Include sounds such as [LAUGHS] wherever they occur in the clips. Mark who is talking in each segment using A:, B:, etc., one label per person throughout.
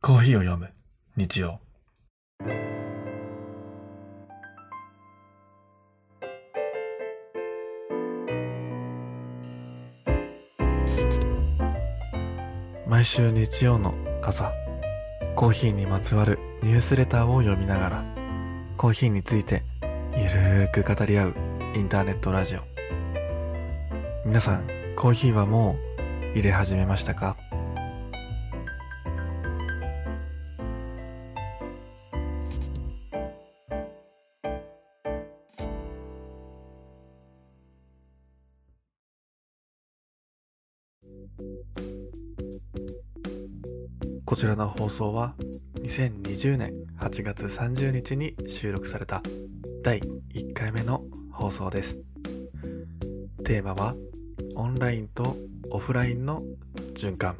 A: コーヒーを読む日曜毎週日曜の朝コーヒーにまつわるニュースレターを読みながらコーヒーについてゆるーく語り合うインターネットラジオ皆さんコーヒーはもう入れ始めましたかこちらの放送は2020年8月30日に収録された第1回目の放送ですテーマはオンラインとオフラインの循環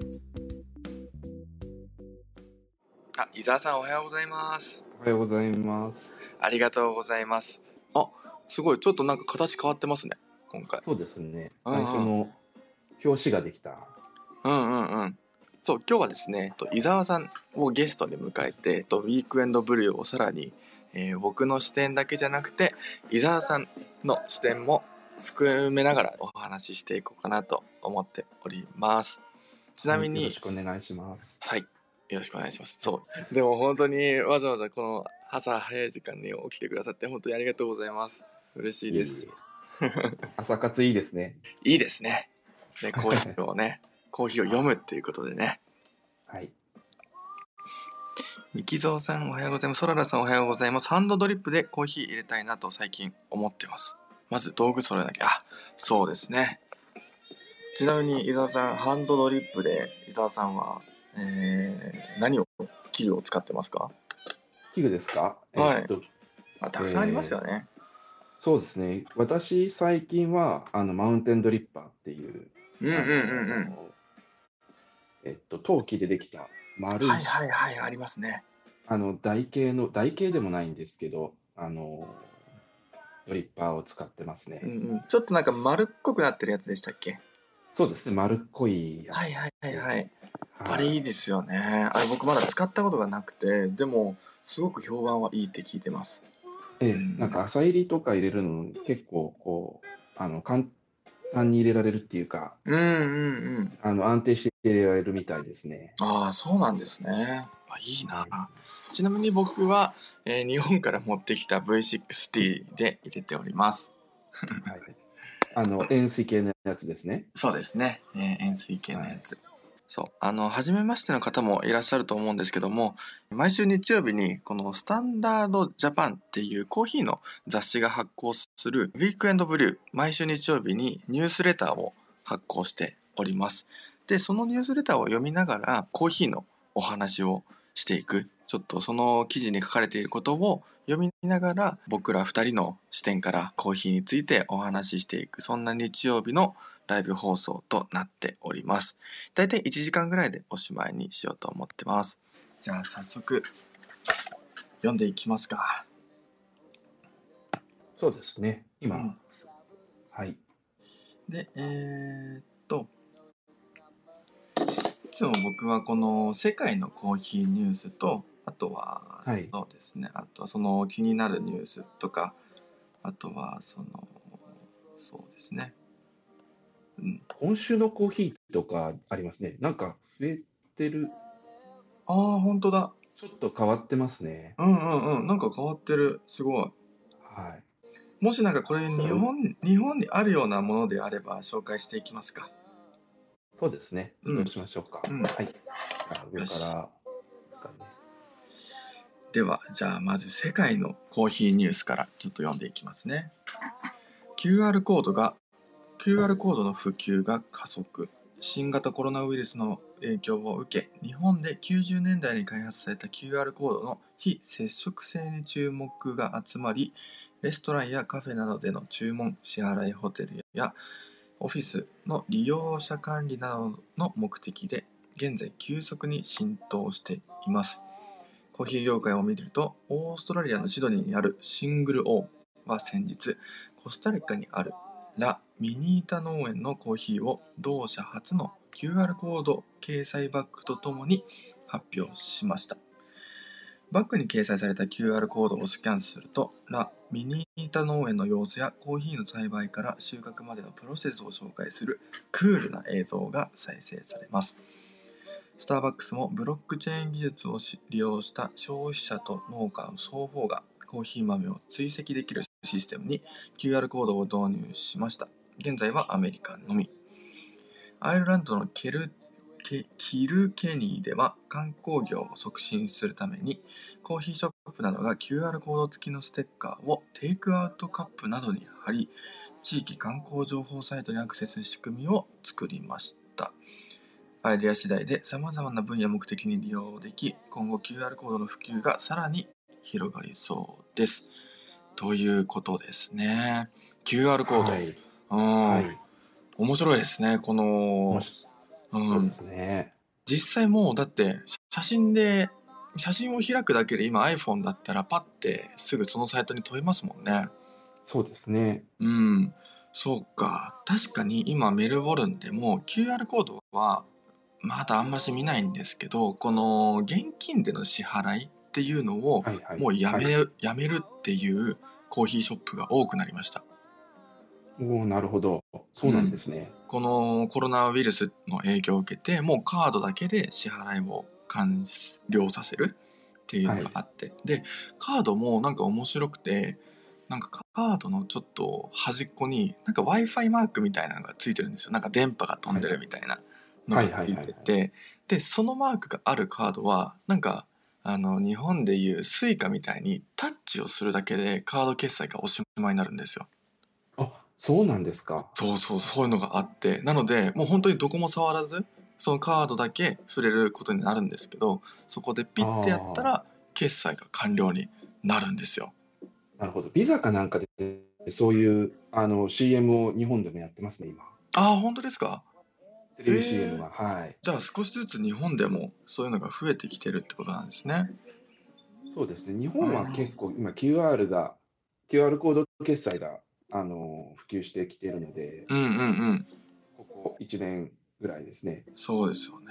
A: あ、伊沢さんおはようございます
B: おはようございます。
A: ありがとうございますあ、すごいちょっとなんか形変わってますね今回
B: そうですね。
A: うん
B: 最
A: うん
B: 初の表紙ができた。
A: うんうんうんそう今日はですねと伊沢さんをゲストで迎えてとウィークエンドブルーをさらに、えー僕の視点だけじゃなくて伊沢さんの視点も含めながらお話ししていこうかなと思っておりますちなみ
B: はいよ
A: に
B: ろしくお願いします。
A: はい。よろしくお願いします。そう。でも本当にわざわざこの朝早い時間に起きてくださって本当にありがとうございます。嬉しいです。
B: いえいえ。朝活いいですね。
A: いいですね。
B: [LAUGHS]
A: で、コーヒーをね、コーヒーを読むっていうことでね。
B: はい。
A: ミキゾウさんおはようございます。ソララさんおはようございます。ハンドドリップでコーヒー入れたいなと最近思ってます。まず道具揃えなきゃ。あ、そうですね。ちなみに伊沢さん、ハンドドリップで伊沢さんは、えー、何を、器具を使ってますか
B: 器具ですか。
A: はい
B: えっと
A: あたくさんありますよね。
B: そうですね。私最近はあのマウンテンドリッパーっていう。
A: うんうんうんう
B: あ
A: ん。
B: のえっと陶器でできた丸い、
A: はいはいはいありますね
B: あの台形の台形でもないんですけど、あのドリッパーを使ってますね。
A: うんうんちょっとなんか丸っこくなってるやつでしたっけ
B: そうですね。丸っこいやつ。
A: はいはいはいはいあれ
B: はい
A: いですよねあれ僕まだ使ったことがなくてでもすごく評判はいいって聞いてます
B: え
A: う
B: え
A: ん、
B: なんか朝入りとか入れるの結構こうあの簡単に入れられるっていうか
A: うんうんうん
B: あの安定して入れられるみたいですね。
A: ああそうなんですねあいいなちなみに僕は、えー日本から持ってきた V6T で入れております
B: はい、あの円錐形のやつですね。
A: そうですね、えー円錐形のやつ、そうあの初めましての方もいらっしゃると思うんですけども毎週日曜日にこの「スタンダードジャパン」っていうコーヒーの雑誌が発行する「ウィークエンドブリュー」毎週日曜日にニュースレターを発行しておりますでそのニュースレターを読みながらコーヒーのお話をしていくちょっとその記事に書かれていることを読みながら僕ら2人の視点からコーヒーについてお話ししていくそんな日曜日のライブ放送となっております。だいたい1時間ぐらいでおしまいにしようと思ってます。じゃあ早速読んでいきますか。
B: そうですね。今、
A: うん
B: はい
A: で、えー、っと、いつも僕はこの世界のコーヒーニュースと、あとは、
B: はい
A: そうですね、あとはその気になるニュースとか、あとはその、そうですね。うん。
B: 今週のコーヒーとかありますね。なんか増えてる
A: ああ、本当だ。
B: ちょっと変わってますね。
A: うんうんうん。なんか変わってる。すごい。
B: はい。
A: もしなんかこれ
B: そう
A: 日本日本にあるようなものであれば紹介していきますか。
B: そうですね。
A: うん
B: そうしましょうか。
A: うん
B: はい。じゃあ上からですかね。
A: ではじゃあまず世界のコーヒーニュースからちょっと読んでいきますね。QR コードが QR コードの普及が加速。新型コロナウイルスの影響を受け、日本で90年代に開発された QR コードの非接触性に注目が集まり、レストランやカフェなどでの注文、支払いホテルやオフィスの利用者管理などの目的で、現在急速に浸透しています。コーヒー業界を見ると、オーストラリアのシドニーにあるシングルオーは先日、コスタリカにあるラ・ミニータ農園のコーヒーを同社初の QR コード掲載バッグとともに発表しましたバッグに掲載された QR コードをスキャンするとラ・ミニータ農園の様子やコーヒーの栽培から収穫までのプロセスを紹介するクールな映像が再生されますスターバックスもブロックチェーン技術をし利用した消費者と農家の双方がコーヒー豆を追跡できるシステムに QR コードを導入しました現在はアメリカのみアイルランドのケルケキルケニーでは観光業を促進するためにコーヒーショップなどが QR コード付きのステッカーをテイクアウトカップなどに貼り地域観光情報サイトにアクセスする仕組みを作りましたアイデア次第で様々な分野目的に利用でき今後 QR コードの普及がさらに広がりそうですということですね QR コード、
B: はい。
A: うん、
B: はい。
A: 面白いですねこの
B: も、し
A: う
B: そうんで、すね。
A: 実際もうだって写写真で写真を開くだけで今 iPhone だったらパッてすぐそのサイトに飛びますもんね
B: そうですね。
A: うんそうか確かに今メルボルンでも QR コードはまだあんまし見ないんですけどこの現金での支払いっていうのを
B: はいはい。
A: もうやめ,、
B: はい、
A: やめるっていうコーヒーショップが多くなりました
B: おお、なるほど。そうなんですね。
A: このコロナウイルスの影響を受けてもうカードだけで支払いを完了させるっていうのがあって、でカードもなんか面白くてなんかカードのちょっと端っこになんか w i f i マークみたいなのがついてるんですよなんか電波が飛んでるみたいなの
B: はい
A: が
B: は
A: つ
B: い
A: い
B: はい
A: て
B: はい
A: てでそのマークがあるカードはなんかあの日本でいうスイカみたいにタッチをするだけでカード決済がおしまいになるんですよ。
B: あ、そうなんですか。
A: そうそうそういうのがあってなのでもう本当にどこも触らずそのカードだけ触れることになるんですけどそこでピッてやったら決済が完了になるんですよ。
B: なるほど。ビザかなんかで、そういうあの CM を日本でもやってますね、今。
A: ああ本当ですか
B: テレ
A: へー
B: ビ CM は。はい。
A: じゃあ少しずつ日本でもそういうのが増えてきてるってことなんですね。
B: そうですね。日本は結構今 QR が、QR コード決済があの普及してきているので、
A: うんうんうん
B: ここ1年ぐらいですね。
A: そうですよね。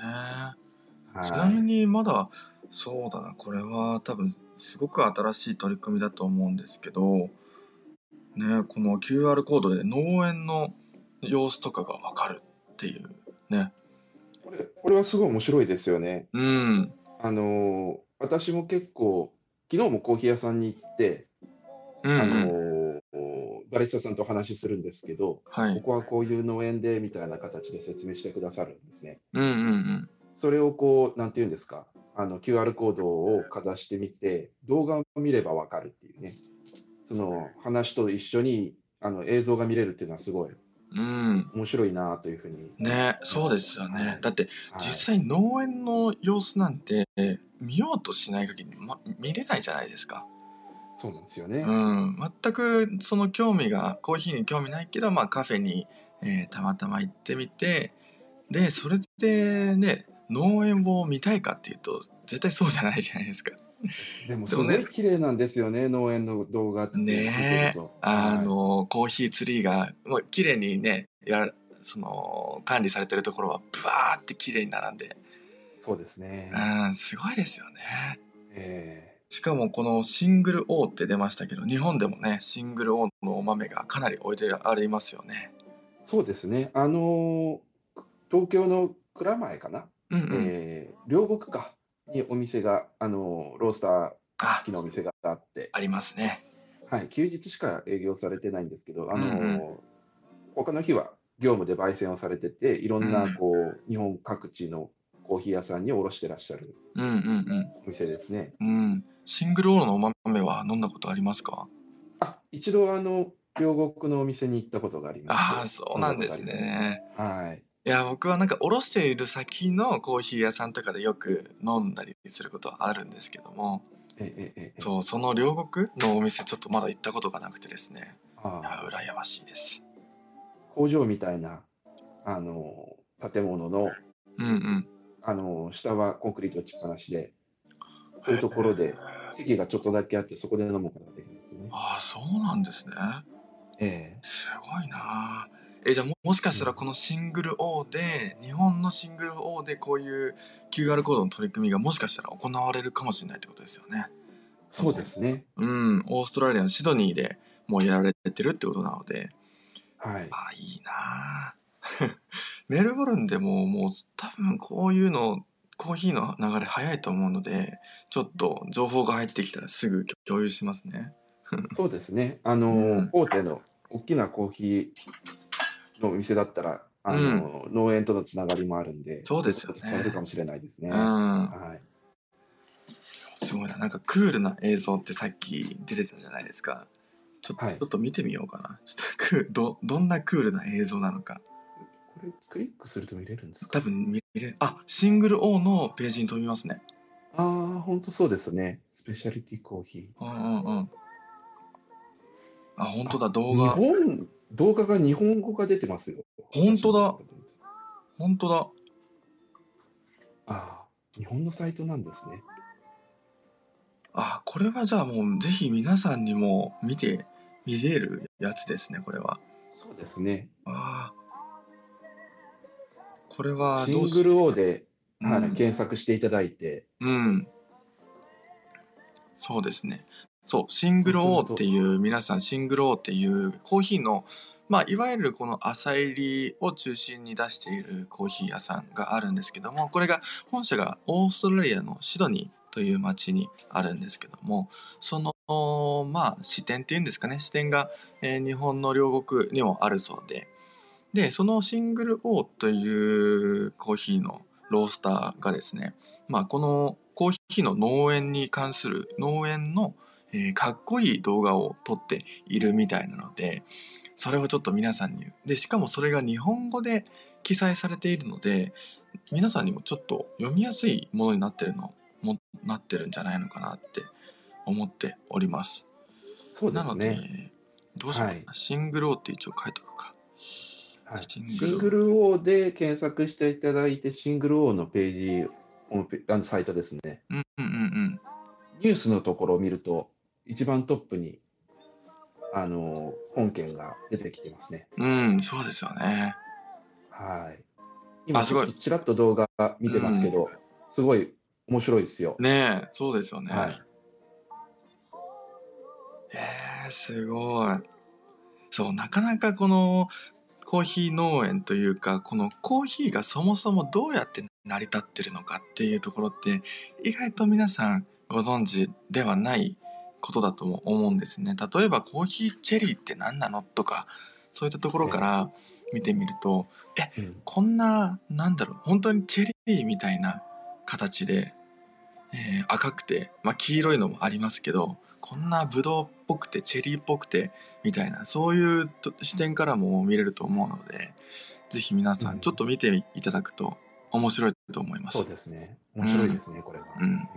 B: はい。
A: ちなみにまだそうだなこれは多分すごく新しい取り組みだと思うんですけど、ね、この QR コードで農園の様子とかが分かるっていうね
B: これ、これはすごい面白いですよね。
A: うん
B: あの私も結構、昨日もコーヒー屋さんに行って、
A: うん、う
B: あ
A: ん、
B: のバリスタさんとお話しするんですけど、
A: は
B: こ
A: い
B: こはこういう農園でみたいな形で説明してくださるんですね。
A: うんうんうん
B: それをこう、なんていうんですか、あの QR コードをかざしてみて、動画を見ればわかるっていうね、その話と一緒にあの映像が見れるっていうのはすごい
A: うん
B: 面白いなというふうに、
A: ねそうですよねだって
B: はい
A: 実際農園の様子なんて見ようとしない限り、ま、見れないじゃないですか
B: そうなんですよね。
A: うん、全くその興味がコーヒーに興味ないけど、まあ、カフェに、えーたまたま行ってみてでそれでね農園を見たいかっていうと絶対そうじゃないじゃないですか。
B: でも、
A: ですも
B: ご
A: ね
B: い綺麗なんですよね、農園の動画って見て
A: ね
B: ると。
A: あ
B: はい
A: の、コーヒーツリーがもう綺麗にねやらその管理されてるところはブワーって綺麗に並んで、
B: そうですね。
A: うん、すごいですよね。
B: え
A: しかもこのシングル O って出ましたけど日本でもねシングル O のお豆がかなり置いてありますよね。
B: ーそうですね。あのー東京の蔵前かな、
A: うんうん。
B: えー両国かにお店が、あのーロースター
A: あ
B: 好きなお店があって、
A: ありますね。
B: はい、休日しか営業されてないんですけど、あのー
A: うん
B: 他の日は業務で焙煎をされてて、いろん
A: うん
B: なこう、日本各地のコーヒー屋さんに卸してらっしゃる
A: うんうん
B: お店ですね。
A: うん。うん。シングルオールのお豆は飲んだことありますか
B: あ一度あの両国のお店に行ったことがあります。
A: ああ、そうなんですね。
B: はい。
A: いや、僕はなんかおろしている先のコーヒー屋さんとかでよく飲んだりすることはあるんですけども、
B: えええええ
A: そう、その両国のお店ちょっとまだ行ったことがなくてですね。
B: あ
A: い
B: あ
A: や、羨ましいです。
B: 工場みたいなあの建物の
A: うんうん。
B: あの下はコンクリート打ちっぱなしで、そういうところで席がちょっとだけあって、そこで飲むことができるんですね。
A: ああ、そうなんですね。
B: ええ
A: すごいなあえじゃあももしかしたらこのシングル O で日本のシングル O でこういう QR コードの取り組みがもしかしたら行われるかもしれないってことですよね。
B: そうですね。
A: うんオーストラリアのシドニーでもうやられてるってことなので
B: はい。
A: あいいなあ [LAUGHS] メルボルンでももう多分こういうのコーヒーの流れ早いと思うのでちょっと情報が入ってきたらすぐ共有しますね。
B: そうですね。あの、
A: うん
B: 大手の大きなコーヒーのお店だったら、あの、農園とのつながりもあるんで、
A: そうですよね
B: されるかもしれないですね。
A: う
B: は
A: ん
B: い。
A: すごいな。なんかクールな映像ってさっき出てたじゃないですか。ちょ,、
B: はい
A: ちょっと見てみようかな。ちょっとクーど、どんなクールな映像なのか。
B: これクリックすると見れるんですか
A: 多分見れ、あ、シングル O のページに飛びますね。
B: ああ、本当そうですね。スペシャリティコーヒ
A: うんうんうん。あ、本当だ、
B: ー。
A: 動
B: 日
A: 画。
B: 本、動画が日本語が出てますよ。
A: 本当だ。本当だ。
B: ああ、日本のサイトなんですね。
A: あ、これはじゃあもうぜひ皆さんにも見て、見れるやつですね、これは。
B: そうですね。
A: あーこれは
B: シ
A: ど
B: ン
A: う
B: グ
A: し、
B: ル O で、
A: うん
B: はい検索していただいて、
A: うん。そうですね。そう、シングル O っていう、皆さんシングル O っていうコーヒーの、まあ、いわゆるこの朝入りを中心に出しているコーヒー屋さんがあるんですけども、これが本社がオーストラリアのシドニーという町にあるんですけども、その、まあ、支店っていうんですかね、支店が、えー日本の両国にもあるそうで、で、そのシングル O というコーヒーのロースターがですね、まあ、このコーヒーの農園に関する農園の、えーかっこいい動画を撮っているみたいなのでそれをちょっと皆さんにでしかもそれが日本語で記載されているので皆さんにもちょっと読みやすいものになってるのもなってるんじゃないのかなって思っております
B: そうで
A: な
B: す
A: ので
B: ね。
A: どうしようかな、
B: はい
A: シングルオーって一応書いとくか
B: はい
A: シ
B: シ
A: ングル
B: ングル O で検索していただいて、シングル O のページ、ホームペあのサイトですね。
A: うんうんうんうん
B: ニュースのところを見ると、一番トップに、あの、本件が出てきてますね。
A: うん、そうですよね。
B: はい。
A: あ
B: 今、
A: す
B: ち
A: ご
B: ょ
A: い
B: っとちらっと動画見てますけど、すごい面白いですよ。
A: ねえ、そうですよね。
B: はい。
A: えー、すごい。そう、なかなかこのコーヒー農園というか、このコーヒーがそもそもどうやって成り立ってるのかっていうところって、意外と皆さんご存知ではないことだとも思うんですね。例えばコーヒーチェリーって何なのとか、そういったところから見てみると、
B: うん
A: こんな、なんだろう、本当にチェリーみたいな形で、えー赤くて、まあ、黄色いのもありますけど、こんなブドウっぽくて、チェリーっぽくて、みたいな、そういうと視点からも見れると思うので、ぜひ皆さ、
B: うんん
A: ちょっと見ていただくと面白いと思います。
B: そうですね。面白いですね、これは。
A: うん。
B: うん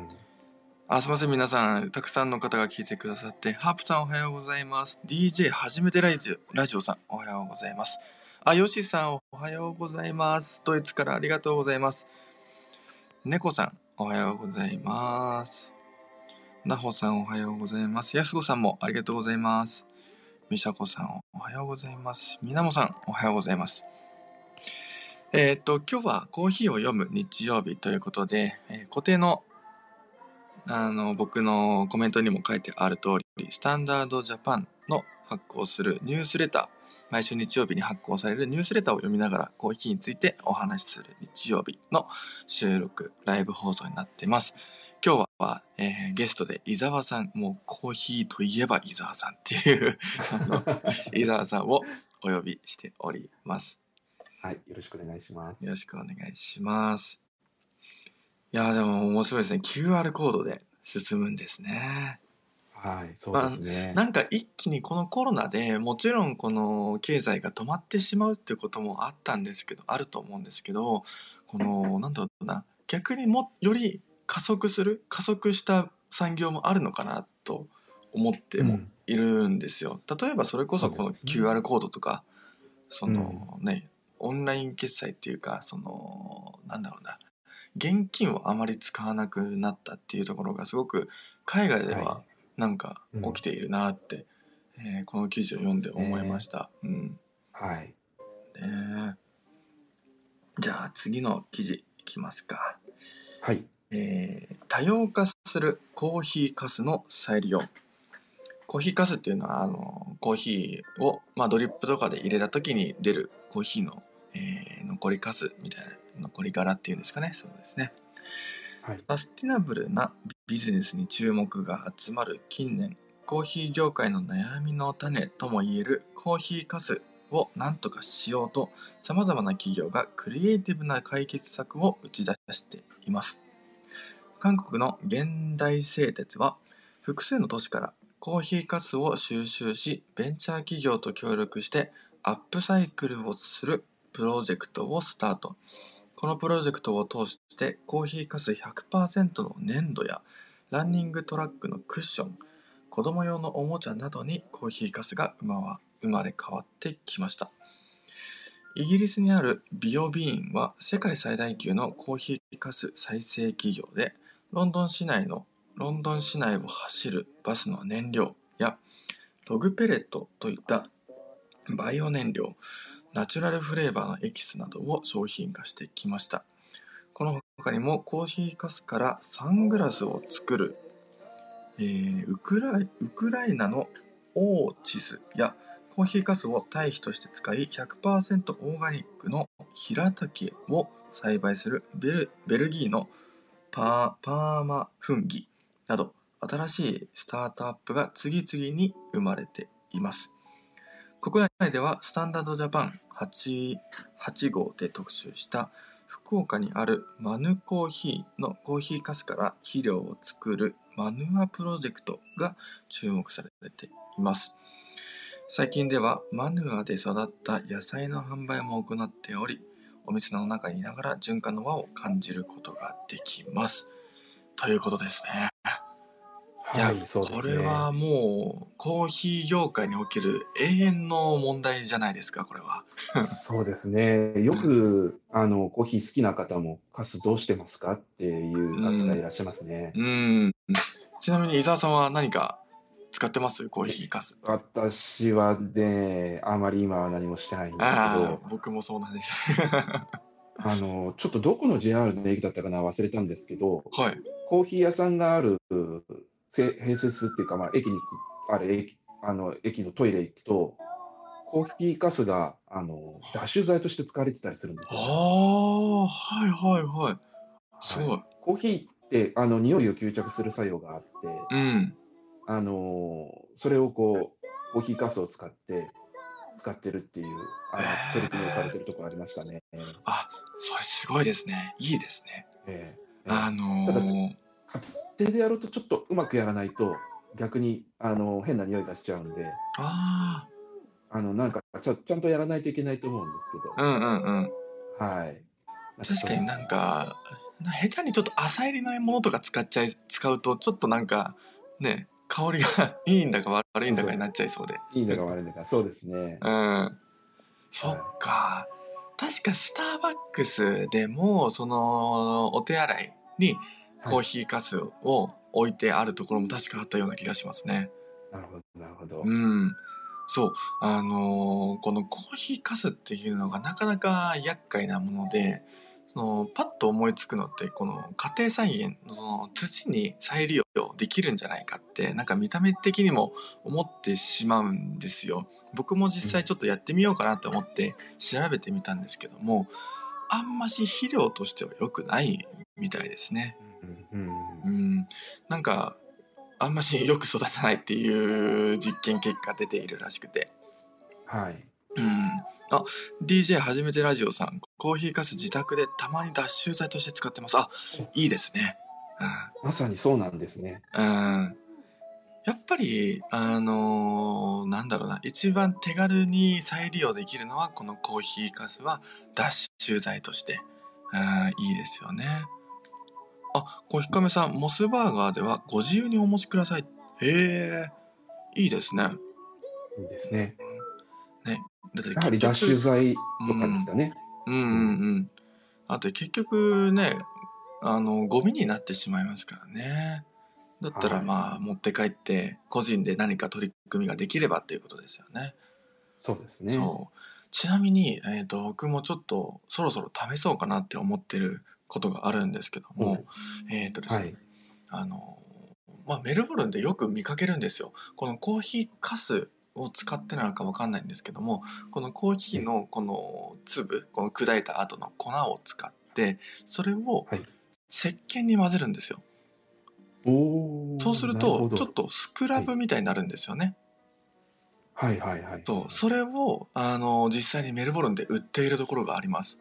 A: あ、すみません、皆さん、たくさんの方が聞いてくださって、ハープさんおはようございます。DJ 初めてラジオラジオさん、おはようございます。あ、ヨシさん、おはようございます。ドイツからありがとうございます。猫さん、おはようございます。なほさん、おはようございます。やすこさんもありがとうございます。みしゃこさん、おはようございます。みなもさん、おはようございます。えーっと、今日はコーヒーを読む日曜日ということで、えー固定のあの、僕のコメントにも書いてある通り、スタンダードジャパンの発行するニュースレター、毎週日曜日に発行されるニュースレターを読みながらコーヒーについてお話しする日曜日の収録、ライブ放送になっています。今日は、えーゲストで伊沢さん、もうコーヒーといえば伊沢さんっていう、あの伊沢さんをお呼びしております。
B: はい、よろしくお願いします
A: よ。ろしくお願いします。いやーでも面白いですね。QR コードで進むんですね。
B: はい、そうですね。
A: なんか一気にこのコロナでもちろんこの経済が止まってしまうってこともあったんですけど、あると思うんですけど、この、なんだろうな、逆にもより加速する、加速した産業もあるのかなと思っても
B: うん
A: いるんですよ。例えばそれこそこの
B: そうですね
A: QR コードとか、そのね、オンライン決済っていうか、その、なんだろうな、現金をあまり使わなくなったっていうところがすごく海外では
B: は
A: なんか起きているなって、えーこの記事を読んで思いました。うん。
B: はい。
A: ね。じゃあ次の記事いきますか。
B: はい。
A: えー多様化するコーヒーかすの再利用コーヒーかすっていうのはあのコーヒーを、まあ、ドリップとかで入れた時に出るコーヒーの、えー残りかすみたいな残り殻っていうんですかねそうですね、
B: はい
A: サスティナブルなビジネスに注目が集まる近年コーヒー業界の悩みの種ともいえるコーヒーかすをなんとかしようとさまざまな企業がクリエイティブな解決策を打ち出しています韓国の現代製鉄は複数の都市からコーヒーかすを収集しベンチャー企業と協力してアップサイクルをするプロジェクトをスタートこのプロジェクトを通してコーヒーかす100%の粘土やランニングトラックのクッション子供用のおもちゃなどにコーヒーかすが生まわ生まれ変わってきましたイギリスにあるビオビーンは世界最大級のコーヒーかす再生企業でロンドン市内のロンドン市内を走るバスの燃料やログペレットといったバイオ燃料ナチュラルフレーバーのエキスなどを商品化してきましたこの他にもコーヒーかすからサングラスを作る、えーウクライウクライナのオーチスやコーヒーかすを堆肥として使い100%オーガニックの平竹を栽培するベルベルギーのパーパーマフンギなど新しいスタートアップが次々に生まれています国内ではスタンダードジャパン 8, 8号で特集した福岡にあるマヌコーヒーのコーヒーかすから肥料を作るマヌアプロジェクトが注目されています最近ではマヌアで育った野菜の販売も行っておりお店の中にいながら循環の輪を感じることができますということですねいや、
B: はい、そうですね。
A: これはもうコーヒー業界における永遠の問題じゃないですかこれは
B: そうですね。よく、あの、コーヒー好きな方も、カスどうしてますかっていう方いらっしゃいますね。
A: うんちなみに伊沢さんは何か使ってますコーヒーかす
B: 私はね、あまり今は何もしてないんですけ
A: あ
B: ど、
A: あ僕もそうなんです [LAUGHS]
B: あの、ちょっとどこの JR の駅だったかな忘れたんですけど、
A: はい
B: コーヒー屋さんがある、せ併設っていうか、まあ、駅に、あれ、駅、あの、駅のトイレ行くと、コーヒーカスが、あの、脱臭剤として使われてたりするんです
A: あ
B: よ。
A: あはいはいはいすごい、
B: コーヒーって、あの、匂いを吸着する作用があって、
A: うん
B: あのーそれをこう、コーヒーカスを使って、使ってるっていう、あの
A: へー、
B: 取り組みをされてるところありましたね。え
A: あそれすごいですねいいですね
B: えええ
A: あのー、
B: 手でやるとちょっとうまくやらないと、逆に、あのー変な匂いがしちゃうんで、
A: あ
B: あの、なんかちゃ、ちゃんとやらないといけないと思うんです
A: あうんうんうん
B: けど、はい。
A: 確かになんかな下手にちょっと浅入りのものとか使っちゃい使うとちょっとなんかね香りが [LAUGHS] いいんだか悪いんだかになっちゃいそうで
B: いいのが悪いのか、そうですね。
A: うんそっか確かスターバックスでもそのお手洗いにコーヒーかすを置いてあるところも確かあったような気がしますね
B: なるほど、なるほど。
A: うんそうあのーこのコーヒーかすっていうのがなかなか厄介なものでそのパッと思いつくのってこの家庭菜園のその土に再利用できるんじゃないかってなんか見た目的にも思ってしまうんですよ。僕も実際ちょっとやってみようかなと思って調べてみたんですけどもあんまし肥料としては良くないみたいですね。
B: うんうん
A: う
B: うん
A: ん、なんかあんましよく育たないっていう実験結果出ているらしくて。
B: はい。
A: うん、あ DJ 初めてラジオさんコーヒーかす自宅でたまに脱臭剤として使ってますあいいですね、
B: まさにそうなんですね。
A: うんうん、やっぱりあのーなんだろうな一番手軽に再利用できるのはこのコーヒーかすは脱臭剤として、うん、いいですよねあコーヒカメさんモスバーガーではご自由にお持ちくださいへえいいですね
B: いいですね。
A: だって
B: やはり脱臭剤とかですかね。
A: うんうんうん。あと結局ね、あの、ゴミになってしまいますからね。だったら
B: はい
A: まあ、持って帰って、個人で何か取り組みができればっていうことですよね。
B: そうですね。
A: そう。ちなみに、えー、と僕もちょっとそろそろ試そうかなって思ってることがあるんですけども、えっ、とですね、
B: はい
A: あのまあ、メルボルンでよく見かけるんですよこのコーヒーかすを使ってなのかわかんないんですけどもこのコーヒーのこの粒この砕いた後の粉を使ってそれを
B: はい
A: 石鹸に混ぜるんですよ、
B: おー
A: そうする
B: なほ
A: と
B: ど
A: ちょっとスクラブみたいになるんですよね、
B: はいはいはい。
A: そうそれをあの実際にメルボルンで売っているところがあります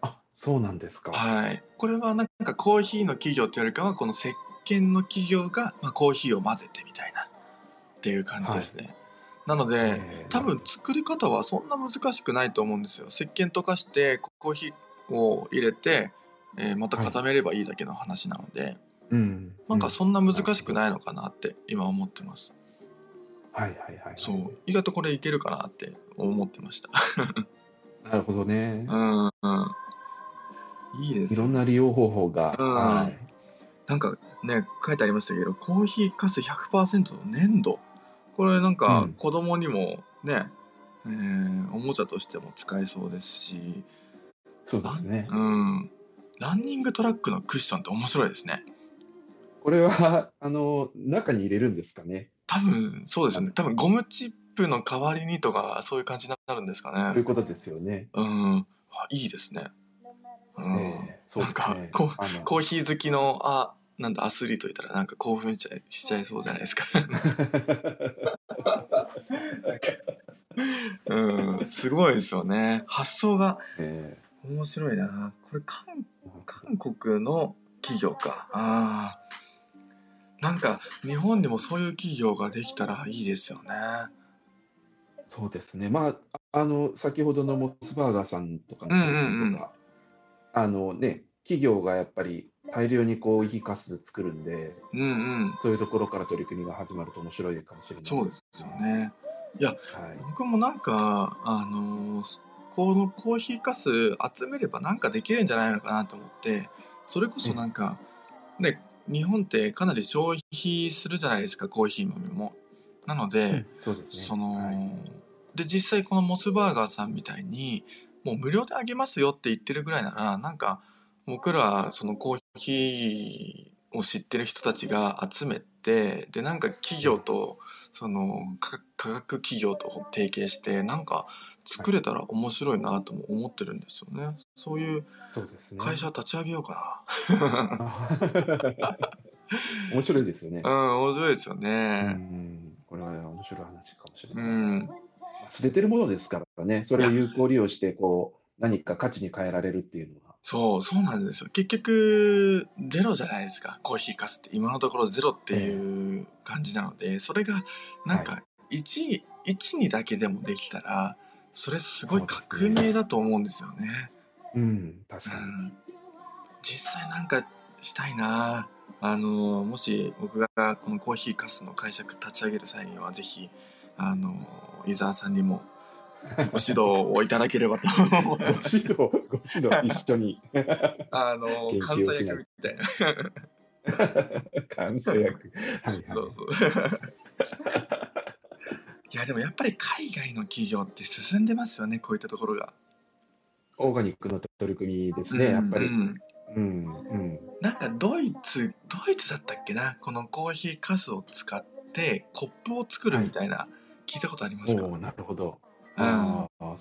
B: あ、そうなんですか。
A: はいこれはなんかコーヒーの企業というよりかはこの石鹸の企業が、まあ、コーヒーを混ぜてみたいなっていう感じですね、なので、
B: えー
A: 多分作り方はそんな難しくないと思うんですよ石鹸溶かしてコーヒーを入れて、えーまた固めればいいだけの話なので、
B: うん。
A: なんか
B: う
A: そんな難しくないのかなって今思ってます、
B: はいはいはい。
A: そう意外とこれいけるかなって思ってました
B: なるほどね。
A: うん、うん、いいで
B: い
A: す
B: ろんな利用方法が。
A: うん
B: はい。
A: なんかね書いてありましたけどコーヒーかす100%の粘土これなん
B: う
A: か
B: ん
A: 子供にもね、えーおもちゃとしても使えそうですし
B: そうですね。
A: うん。ランニングトラックのクッションって面白いですね。
B: これは、あの、中に入れるんですかね。
A: 多分、そうですよね。多分、ゴムチップの代わりにとか、そういう感じになるんですか
B: そうい
A: ね
B: う。ことですよね。
A: うん。あいいですね。うん。
B: ええそうです
A: なん
B: ね。
A: かこ
B: あの
A: コーヒー好きの、あ、なんだ、アスリートいたら、なんか興奮しちゃいしちゃいそうじゃないですか。うん。すごいですよね。発想が
B: え
A: 面白いな。これ、韓韓国の企業かあーなんか日本でもそういう企業ができたらいいですよね
B: えそうですね。まあ、あの、先ほどのモスバーガーさんとかの
A: うん
B: 商
A: うんうん
B: 品とか、あのね、企業がやっぱり大量にこう、いいカス作るんで、
A: うんうん
B: そういうところから取り組みが始まると面白いかもしれない。
A: そうですよね
B: はい。
A: 僕もなんかあのーこのコーヒーかす集めればなんかできるんじゃないのかなと思ってそれこそなんかね日本ってかなり消費するじゃないですかコーヒー豆もなので、
B: そうですね。
A: その、
B: はい
A: で実際このモスバーガーさんみたいにもう無料であげますよって言ってるぐらいならなんか僕らそのコーヒーを知ってる人たちが集めてでなんか企業とその科科学企業と提携してなんか作れたら面白いなとも思ってるんですよねそういう
B: そうですね。
A: 会社立ち上げようか
B: あ面白いですよね。
A: なうん面白いですよ
B: う
A: ね
B: んこれは面白い話かもしれ
A: う
B: ない。
A: ん
B: 捨ててるものですからね、それを有効利用して、こう、何か価値に変えられるっていうのは。
A: そう、そうなんですよ。結局、ゼロじゃないですか。コーヒーかすって。今のところゼロっていう感じなので、それが、なんか、1、1にだけでもできたら、それすごい革命だと思うんですよね。
B: うん、確
A: う
B: かに。
A: ん。実際なんかしたいなあの、もし僕がこのコーヒーかすの解釈立ち上げる際には、ぜひ、あの、伊沢さんにもご指導をいただければと思
B: ご
A: [LAUGHS] います
B: 指導、ご指導、一緒
A: [LAUGHS]
B: に。
A: あの、
B: 研
A: 関
B: 究を
A: 西
B: しな
A: 役
B: い
A: みたいな。
B: 完成役。はい
A: そ
B: は [LAUGHS]
A: うそう。いやでもやっぱり海外の企業って進んでますよねこういったところが。
B: い。オーガニックの取り組みですね、やっぱり
A: う。ん
B: うん、うん。
A: なんかドイツドイツだったっけなこのコーヒーかすを使ってコップを作るみたいな、聞いたことありますか？
B: お
A: う
B: お
A: ん。
B: なるほど。ああ、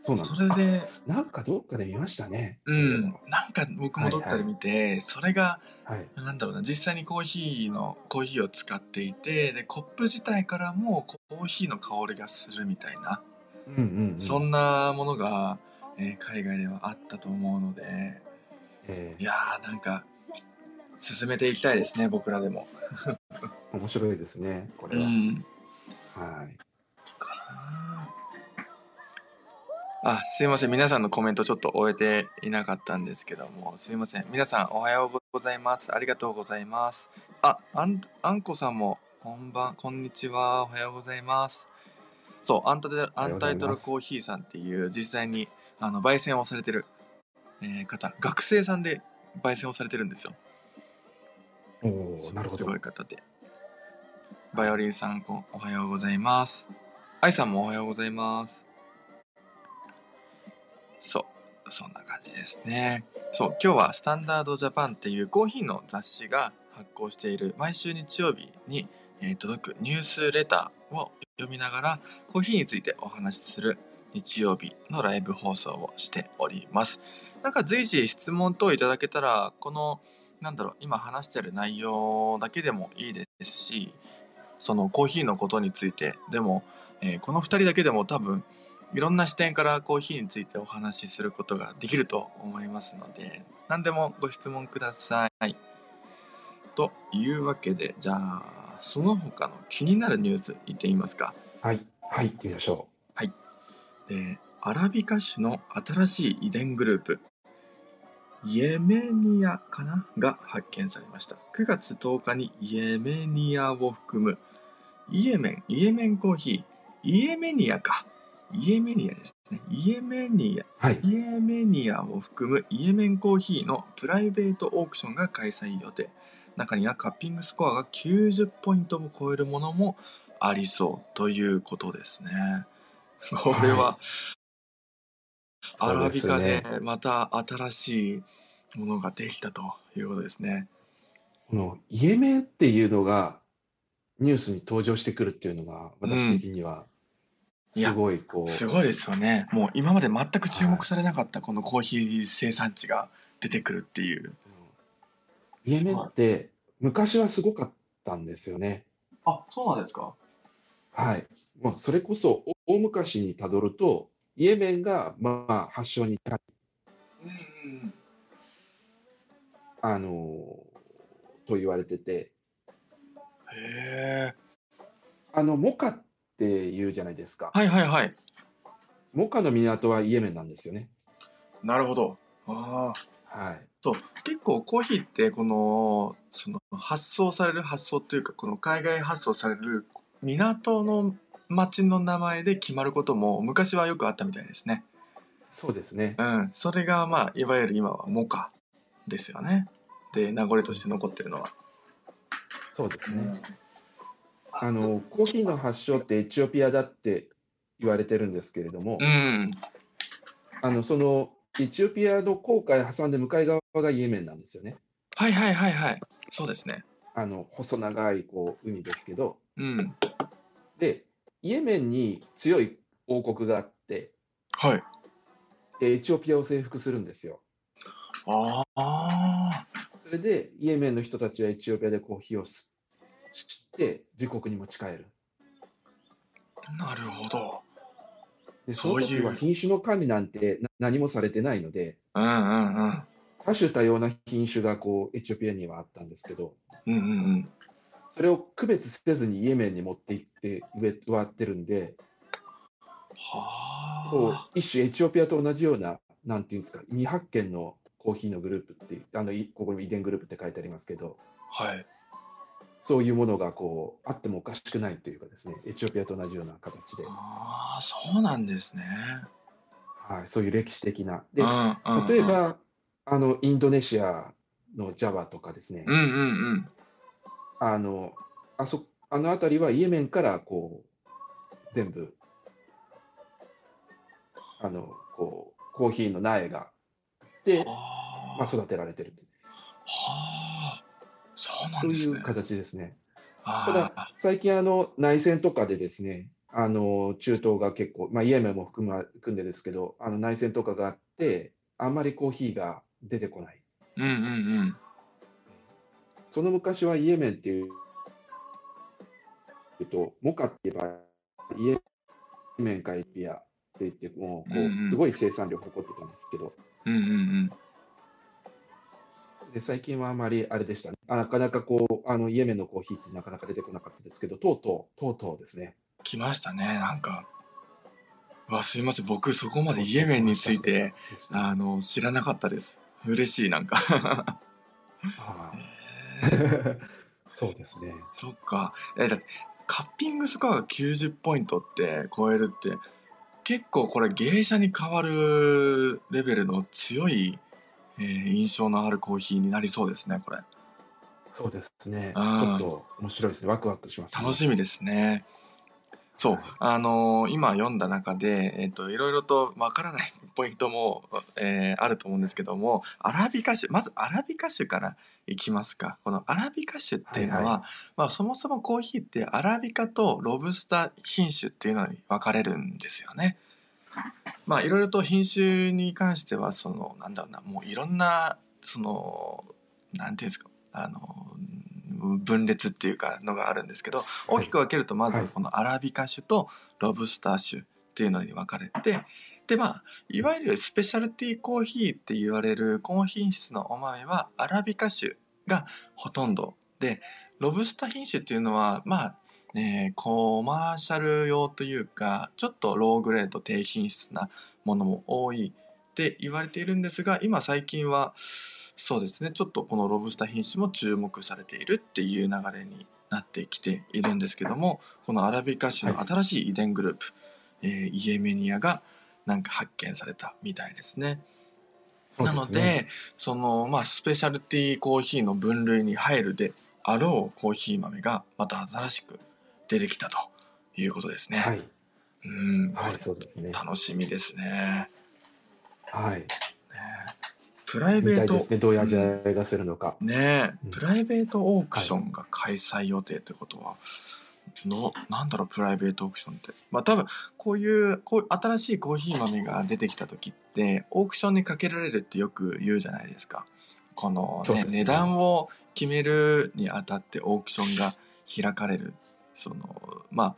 B: そうなん
A: そ
B: だ。
A: れで
B: あなんかどっかで見ましたね。
A: うんなんか僕もどっかで見て、それが
B: はい。
A: なんだろうな実際にコーヒーのコーヒーを使っていてでコップ自体からもコーヒーの香りがするみたいな。
B: うんうんうん。
A: そんなものが、えー海外ではあったと思うので
B: え
A: いやーなんか進めていきたいですね僕らでも。
B: ー面白いですね、こ
A: う
B: れは。
A: ん、
B: はい。
A: あすいません皆さんのコメントちょっと終えていなかったんですけどもすいません皆さんおはようございますありがとうございますああんあんこさんもこんばんこんにちはおはようございますそうアンタテアンタイトルコーヒーさんっていう実際にあの焙煎をされてる、えー方学生さんで焙煎をされてるんですよ
B: おおなるほ
A: す
B: ど
A: ごい。方で。バイオリンさんこんおはようございます。アイさんもおはようございます。そう、そんな感じですね。そう、今日はスタンダードジャパンっていうコーヒーの雑誌が発行している毎週日曜日に、えー届くニュースレターを読みながらコーヒーについてお話しする日曜日のライブ放送をしております。なんか随時質問等いただけたら、この、なんだろう、今話してる内容だけでもいいですし、そのコーヒーのことについてでも、えーこの2人だけでも多分いろんな視点からコーヒーについてお話しすることができると思いますので何でもご質問ください。というわけでじゃあその他の気になるニュースいってみますか。
B: はい、はい、行ってみましょ
A: でアラビカ種の新しい遺伝グループイエメニアかなが発見されました9月10日にイエメニアを含むイエメンイエメンコーヒーイエメニアかイエメニアですねイエメニア
B: う。はい、
A: イエメニアを含むイエメンコーヒーのプライベートオークションが開催予定中にはカッピングスコアが90ポイントを超えるものもありそうということですね [LAUGHS] これはアラビカで
B: そうすね
A: また新しいものができたということですね
B: このイエメンっていうのがニュースに登場してくるっていうのが私的には
A: うんいや
B: すごいこう、
A: すごいですよねもう今まで全く注目されなかったこのコーヒー生産地が出てくるっていう
B: イエメンって昔はすごかったんですよね。
A: あそうなんですか
B: はい。もうそれこそお大昔にたどるとイエメンがまあ発祥に至り
A: うんうん
B: あのと言われてて
A: へえ
B: あのモカっていうじゃないですか。
A: はいはいはい
B: モカの港はイエメンなんですよね。
A: なるほど。ああ。
B: はい。
A: そう結構コーヒーってこのその発送される発送というかこの海外発送される港の町の名前で決まることも昔はよくあったみたいですね。
B: そうですね。
A: うん。それがまあいわゆる今はモカですよね。で名残として残ってるのは。
B: そうですね。あのコーヒーの発祥ってエチオピアだって言われてるんですけれども、
A: うん。
B: あのそのエチオピアの航海挟んで向かい側がイエメンなんですよね。
A: はいはいはいはい。そうですね。
B: あの細長いこう海ですけど、
A: うん。
B: でイエメンに強い王国があって、
A: はい。
B: でエチオピアを征服するんですよ。
A: ああ。
B: それでイエメンの人たちはエチオピアでコーヒーを吸って自国に持ち帰る。
A: なるほど。
B: で
A: そういう
B: その時は品種の管理なんてな何もされてないので、
A: うんうんうん。
B: 多種多様な品種がこうエチオピアにはあったんですけど、
A: うんうんうん。
B: それを区別せずにイエメンに持って行って植えってるんで、
A: はあ。
B: こう一種エチオピアと同じような、なんていうんですか、未発見のコーヒーのグループっていう、あのいここに遺伝グループって書いてありますけど、
A: はい。
B: そういうものがこうあってもおかしくないというかですね、エチオピアと同じような形で、
A: ああ、そうなんですね。
B: はい、そういう歴史的な。
A: う
B: で
A: んうんうん
B: 例え、ばあのインドネシアのジャワとかですね、
A: うんうんうん。
B: あのあそあの辺りはイエメンからこう全部あのこうコーヒーの苗がで、
A: あ
B: まあ、
A: ー
B: 育てられてる
A: はあ、そうなん
B: と
A: で
B: い
A: すね
B: う。形ですね。た
A: あ
B: だ
A: あ、
B: 最近あの内戦とかでですねあの中東が結構、まあ、イエメンも含ま含んでですけどあの内戦とかがあってあんまりコーヒーが出てこない。
A: うんうんうん。
B: その昔はイエメンっていう、えっと、モカって言えば、イエメンかエチオピアって言って、もうこ
A: うんうん
B: う、すごい生産量を誇ってたんですけど、
A: うんうんうん。
B: で最近はあまりあれでしたね。あなかなかこう、あのイエメンのコーヒーってなかなか出てこなかったですけど、とうとう、とうとうですね。
A: 来ましたね、なんか。わ、すいません。僕、そこまでイエメンについて、
B: そうですね。
A: あの、知らなかったです。嬉しい、なんか。 [LAUGHS]
B: はい
A: へー
B: そうですね。
A: そっか。え、だって、カッピングスコアが90ポイントって超えるって、結構これ芸者に変わるレベルの強い、えー印象のあるコーヒーになりそうですね、これ。
B: そうですね。ち
A: あ
B: ょ
A: ー
B: っと面白いですね。ワクワクします、ね。
A: 楽しみですね。そう、あのー今読んだ中で、えっ、と、いろいろとわからないポイントも、えーあると思うんですけども、アラビカ種、まずアラビカ種からいきますか。このアラビカ種っていうのは、
B: はいは
A: まあ、そもそもコーヒーってアラビカとロブスター品種っていうのに分かれるんですよね。まあ、いろいろと品種に関しては、その、なんだろうな、もういろんな、その、なんていうんですか、あの、分裂っていうかのがあるんですけど大きく分けるとまず
B: はい
A: このアラビカ種とロブスター種っていうのに分かれてでまあいわゆるスペシャルティーコーヒーって言われる高品質のお豆はアラビカ種がほとんどでロブスター品種っていうのはまあねコマーシャル用というかちょっとローグレード低品質なものも多いって言われているんですが今最近はそうですねちょっとこのロブスター品種も注目されているっていう流れになってきているんですけどもこのアラビカ種の新しい遺伝グループ、えーイエメニアがなんか発見されたみたいですね。
B: そう
A: な
B: すね
A: ので、そのまあスペシャルティーコーヒーの分類に入るであろうコーヒー豆がまた新しく出てきたということですね。
B: はい、
A: うん、こ
B: はい、
A: れ
B: そうですね。
A: 楽しみですね。
B: はい、
A: ねプライ
B: み
A: ベ
B: た
A: ー
B: いで
A: ト
B: すね。どういう味わいがするのか。
A: ねえ
B: うん
A: プライベートオークションが開催予定ってことは、のなんだろうプライベートオークションってまあ多分こういうこういう新しいコーヒー豆が出てきた時ってオークションにかけられるってよく言うじゃないですかこの、
B: そうで
A: ね
B: すね
A: 値段を決めるにあたってオークションが開かれるそのまあ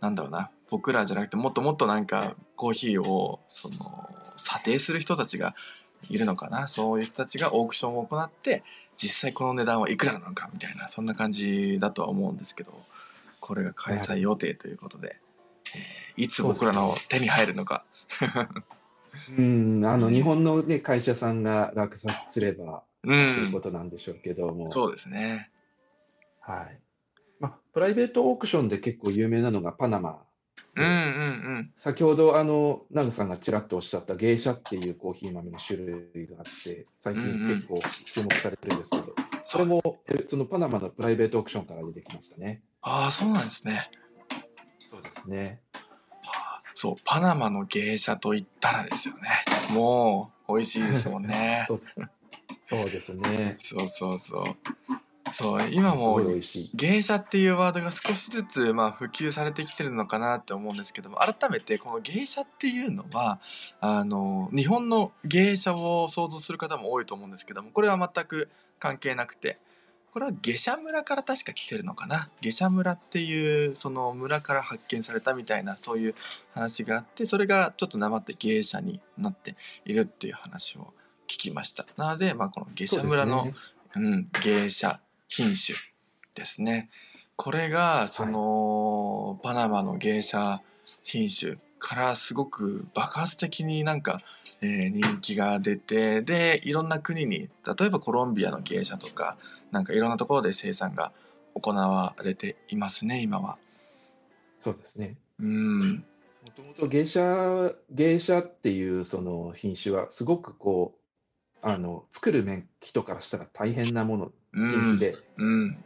A: なんだろうな僕らじゃなくてもっともっとなんかコーヒーをその査定する人たちがいるのかなそういう人たちがオークションを行って実際この値段はいくらなのかみたいなそんな感じだとは思うんですけどこれが開催予定ということで、えーいつ僕らの手に入るのか
B: うん、あの、
A: うん
B: 日本のね、会社さんが落札すれば
A: う
B: というんことなんでしょうけども。
A: そうですね
B: はい。まあ、プライベートオークションで結構有名なのがパナマ。
A: うんうんうん
B: 先ほど、あの、ナグさんがちらっとおっしゃった芸者っていうコーヒー豆の種類があって、最近
A: うんうん
B: 結構注目されてるんですけど、
A: そ
B: それ
A: れも
B: も、えそのパナマのプライベートオークションから出てきましたね。
A: ああそうなんですね
B: そうですね。
A: そうパナマの芸者といったらですよねもう美味しいですもんね
B: そうそうですね。
A: そうそうそうそう今
B: すご
A: も
B: い美味しい。
A: 芸者っていうワードが少しずつまあ普及されてきてるのかなって思うんですけども改めてこの芸者っていうのはあの日本の芸者を想像する方も多いと思うんですけどもこれは全く関係なくてこれは下車村から確か来てるのかな下車村っていうその村から発見されたみたいなそういう話があってそれがちょっとなまって芸者になっているっていう話を聞きましたなので、まあ、この下
B: そうで
A: 車
B: すね
A: 村のうん、芸者品種ですねこれがその、パナマの芸者品種からすごく爆発的になんか、えー人気が出てでいろんな国に例えばコロンビアの芸者とかなんかいろんなところで生産が行われていますね今は。
B: そうですね。
A: うん、
B: もともと芸者、芸者っていうその品種はすごくこう、あの、作る面人からしたら大変なもの、
A: う
B: 品種
A: ん、
B: で、
A: うん、